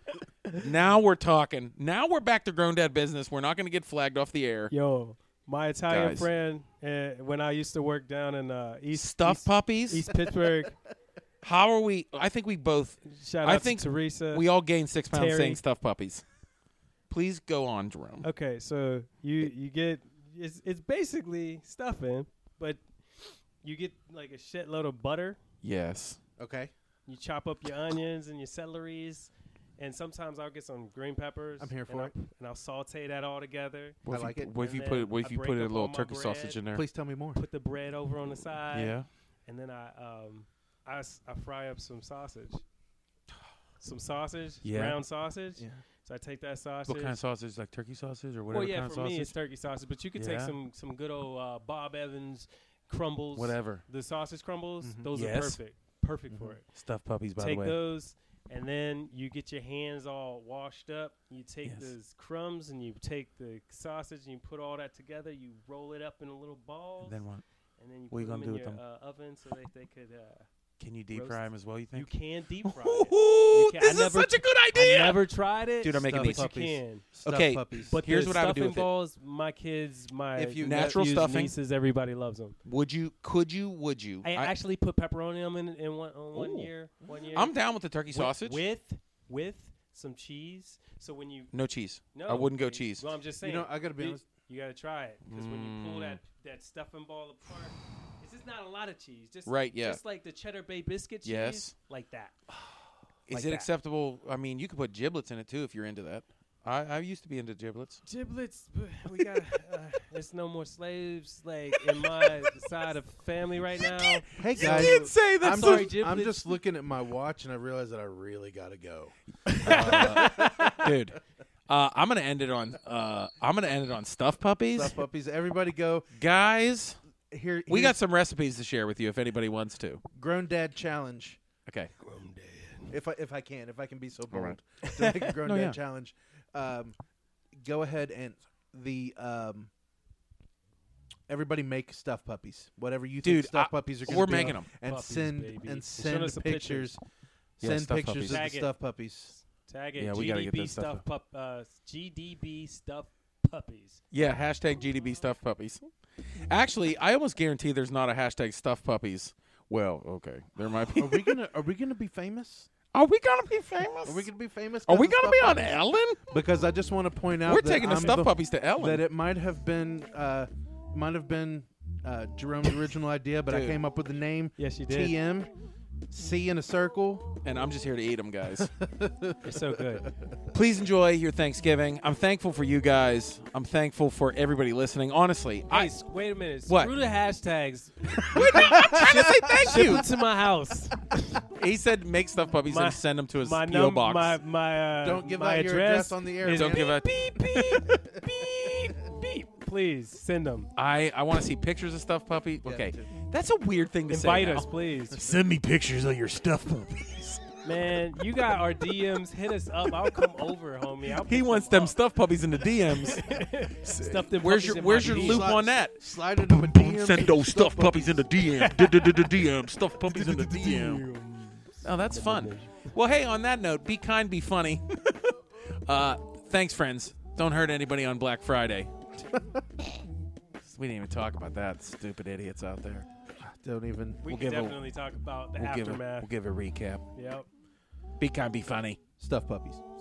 Speaker 1: now we're talking. Now we're back to grown dad business. We're not going to get flagged off the air.
Speaker 2: Yo, my Italian
Speaker 1: Guys.
Speaker 2: friend, uh, when I used to work down in uh, East
Speaker 1: Stuff
Speaker 2: East,
Speaker 1: puppies.
Speaker 2: East Pittsburgh,
Speaker 1: How are we? I think we both
Speaker 2: shout out
Speaker 1: I
Speaker 2: to
Speaker 1: think
Speaker 2: Teresa.
Speaker 1: we all gained six pounds
Speaker 2: Terry.
Speaker 1: saying stuff puppies. Please go on, Jerome.
Speaker 2: Okay, so you you get it's it's basically stuffing, but you get like a shitload of butter.
Speaker 1: Yes.
Speaker 3: Okay.
Speaker 2: You chop up your onions and your celeries, and sometimes I'll get some green peppers.
Speaker 3: I'm here
Speaker 2: and
Speaker 3: for
Speaker 2: I'll-
Speaker 3: it.
Speaker 2: And I'll saute that all together.
Speaker 1: What
Speaker 3: I
Speaker 1: if you-
Speaker 3: like it.
Speaker 1: What if
Speaker 2: And
Speaker 1: you
Speaker 2: then
Speaker 1: put it? What if
Speaker 2: I
Speaker 1: you
Speaker 2: break
Speaker 1: put a
Speaker 2: up all
Speaker 1: little
Speaker 2: my
Speaker 1: turkey sausage
Speaker 2: bread.
Speaker 1: in there?
Speaker 3: Please tell me more.
Speaker 2: Put the bread over on the side.
Speaker 1: Yeah.
Speaker 2: And then I um I, s- I fry up some sausage. Some sausage,
Speaker 1: Yeah.
Speaker 2: brown sausage.
Speaker 3: Yeah.
Speaker 2: So I take that sausage.
Speaker 1: What kind of sausage? Like turkey sausage or whatever
Speaker 2: well, yeah,
Speaker 1: kind
Speaker 2: for
Speaker 1: of sausage?
Speaker 2: me it's turkey sausage, but you could take
Speaker 1: Yeah.
Speaker 2: some some good old uh, Bob Evans crumbles.
Speaker 1: whatever.
Speaker 2: The sausage crumbles,
Speaker 3: Mhm.
Speaker 2: those are
Speaker 1: Mm-hmm. Yes.
Speaker 2: perfect, perfect for it.
Speaker 1: Stuff puppies, by
Speaker 2: take
Speaker 1: the way.
Speaker 2: those, and then you get your hands all washed up. You take
Speaker 1: Yes.
Speaker 2: those crumbs and you take the sausage and you put all that together. You roll it up in a little ball,
Speaker 1: And then what?
Speaker 2: and then you
Speaker 1: what
Speaker 2: put
Speaker 1: you
Speaker 2: them
Speaker 1: gonna
Speaker 2: in
Speaker 1: do
Speaker 2: your
Speaker 1: with
Speaker 2: uh, oven so that they could. Uh,
Speaker 1: Can you deep
Speaker 2: Roast.
Speaker 1: fry them as well? You
Speaker 2: you
Speaker 1: think?
Speaker 2: can deep fry it.
Speaker 1: Ooh,
Speaker 2: can- I
Speaker 1: this is
Speaker 2: never-
Speaker 1: such a good
Speaker 2: I
Speaker 1: idea.
Speaker 2: never tried it,
Speaker 1: Dude, I'm making
Speaker 3: Stuff
Speaker 1: these.
Speaker 2: but you
Speaker 3: puppies.
Speaker 2: can.
Speaker 3: Stuff
Speaker 1: Okay,
Speaker 3: puppies.
Speaker 2: But
Speaker 1: Here's
Speaker 2: the
Speaker 1: what I would do
Speaker 2: stuffing
Speaker 1: with it.
Speaker 2: balls, my kids, my
Speaker 3: If you-
Speaker 1: Natural
Speaker 2: nephews,
Speaker 1: stuffing.
Speaker 2: nieces, everybody loves them.
Speaker 1: Would you? Could you? Would you?
Speaker 2: I,
Speaker 1: I-
Speaker 2: actually put pepperoni on 'em in, in one on one
Speaker 1: Ooh.
Speaker 2: year. One year.
Speaker 1: I'm down with the turkey
Speaker 2: With-
Speaker 1: sausage.
Speaker 2: with with some cheese. So when you
Speaker 1: no cheese.
Speaker 2: no,
Speaker 1: I wouldn't go
Speaker 2: you-
Speaker 1: cheese.
Speaker 2: Well, I'm just
Speaker 3: You
Speaker 2: saying.
Speaker 3: know, I gotta be
Speaker 2: you-
Speaker 3: honest.
Speaker 2: You gotta try it because when you pull
Speaker 1: Mm.
Speaker 2: that that stuffing ball apart, it's just not a lot of cheese. Just
Speaker 1: Right, yeah.
Speaker 2: Just like the cheddar bay biscuit cheese.
Speaker 1: Yes.
Speaker 2: Like that.
Speaker 1: Is
Speaker 2: Like
Speaker 1: it
Speaker 2: that.
Speaker 1: acceptable? I mean, you could put giblets in it too if you're into that. I, I used to be into giblets.
Speaker 2: Giblets. We got. Uh, there's no more slaves like in my side of family right now.
Speaker 3: Hey
Speaker 2: You
Speaker 3: guys,
Speaker 2: did
Speaker 1: say
Speaker 3: I'm,
Speaker 2: sorry,
Speaker 3: just, I'm
Speaker 2: giblets.
Speaker 3: just looking at my watch and I realize that I really gotta go.
Speaker 1: dude. Uh, I'm gonna end it on. Uh, I'm gonna end it on stuffed puppies,
Speaker 3: Stuff puppies. Everybody go.
Speaker 1: guys.
Speaker 3: Here
Speaker 1: We got
Speaker 3: here's
Speaker 1: some recipes to share with you if anybody wants to.
Speaker 3: grown dad challenge.
Speaker 1: Okay.
Speaker 3: If I if I can, if I can be so bold
Speaker 1: right.
Speaker 3: to make a grown
Speaker 1: No,
Speaker 3: dad
Speaker 1: yeah.
Speaker 3: challenge. Um, go ahead and the um. Everybody make stuff puppies. Whatever you think
Speaker 1: Dude,
Speaker 3: stuff
Speaker 1: I-
Speaker 3: puppies are. Gonna
Speaker 1: we're
Speaker 3: be
Speaker 1: making
Speaker 3: on,
Speaker 1: 'em.
Speaker 3: and
Speaker 2: Puppies,
Speaker 3: send
Speaker 2: baby.
Speaker 3: and
Speaker 2: Send
Speaker 3: send pictures.
Speaker 2: us some pictures.
Speaker 1: Yeah,
Speaker 3: send
Speaker 1: stuffed
Speaker 3: pictures
Speaker 1: puppies.
Speaker 3: of
Speaker 2: Tag
Speaker 3: the
Speaker 2: it.
Speaker 3: stuff puppies.
Speaker 2: Tag it.
Speaker 1: Yeah, we gotta get
Speaker 2: GDB
Speaker 1: this stuff
Speaker 2: stuff. Pup, uh, GDB stuff puppies.
Speaker 1: Yeah. Hashtag GDB stuffed puppies. Actually, I almost guarantee there's not a hashtag stuffed puppies. Well, okay, there might be.
Speaker 3: Are we gonna Are we gonna be famous?
Speaker 1: Are we gonna be famous?
Speaker 3: Are we gonna be famous?
Speaker 1: Are we
Speaker 3: 'cause
Speaker 1: gonna
Speaker 3: of
Speaker 1: be
Speaker 3: Stuff
Speaker 1: on
Speaker 3: Puppies?
Speaker 1: Ellen?
Speaker 3: Because I just want to point out
Speaker 1: We're
Speaker 3: that
Speaker 1: taking the
Speaker 3: I'm
Speaker 1: stuff
Speaker 3: the-
Speaker 1: puppies to Ellen.
Speaker 3: that it might have been uh, might have been uh, Jerome's original idea, but I
Speaker 1: Dude.
Speaker 3: came up with the name
Speaker 2: Yes, you did.
Speaker 3: TM C in a circle.
Speaker 1: and I'm just here to eat them, guys.
Speaker 2: It's so good.
Speaker 1: Please enjoy your Thanksgiving. I'm thankful for you guys. I'm thankful for everybody listening. Honestly,
Speaker 2: Hey,
Speaker 1: I
Speaker 2: s- wait a minute.
Speaker 1: What?
Speaker 2: Screw the hashtags.
Speaker 1: trying to say thank
Speaker 2: Ship
Speaker 1: you.
Speaker 2: them to my house.
Speaker 1: He said make stuff puppies
Speaker 2: My-
Speaker 1: and send them to his
Speaker 2: My
Speaker 1: PO
Speaker 2: num-
Speaker 1: box.
Speaker 2: my my. Uh,
Speaker 3: Don't give
Speaker 2: my
Speaker 3: out your address on the air.
Speaker 2: is-
Speaker 1: Don't
Speaker 3: man.
Speaker 1: give out.
Speaker 2: Beep beep beep beep. Please send them.
Speaker 1: I I want to see pictures of stuffed puppy.
Speaker 3: Yeah,
Speaker 1: Okay,
Speaker 3: me too.
Speaker 1: that's a weird thing to
Speaker 2: Invite
Speaker 1: say.
Speaker 2: us,
Speaker 1: now.
Speaker 2: please.
Speaker 6: Send me pictures of your stuff puppies.
Speaker 2: Man, you got our DMs. Hit us up. I'll come over, homie. I'll
Speaker 1: He
Speaker 2: pick
Speaker 1: wants them
Speaker 2: up.
Speaker 1: stuffed puppies in the DMs.
Speaker 2: Stuff them
Speaker 1: Where's
Speaker 2: puppies
Speaker 1: your-
Speaker 2: in
Speaker 1: where's
Speaker 2: my
Speaker 1: your
Speaker 2: meat.
Speaker 1: loop? Poop on that.
Speaker 3: Slide it up a DM.
Speaker 6: Send those stuff puppies in the DM. DM. Stuff puppies in the DM.
Speaker 1: Oh, that's fun. Well, hey, on that note, be kind, be funny. uh, thanks, friends. Don't hurt anybody on Black Friday. we didn't even talk about that, stupid idiots out there.
Speaker 3: Don't even.
Speaker 2: We
Speaker 1: We'll
Speaker 2: can
Speaker 1: give a-
Speaker 2: definitely talk about the
Speaker 1: We'll give, a,
Speaker 2: aftermath.
Speaker 1: we'll give a recap.
Speaker 2: Yep.
Speaker 1: Be kind, be funny.
Speaker 3: Stuff puppies.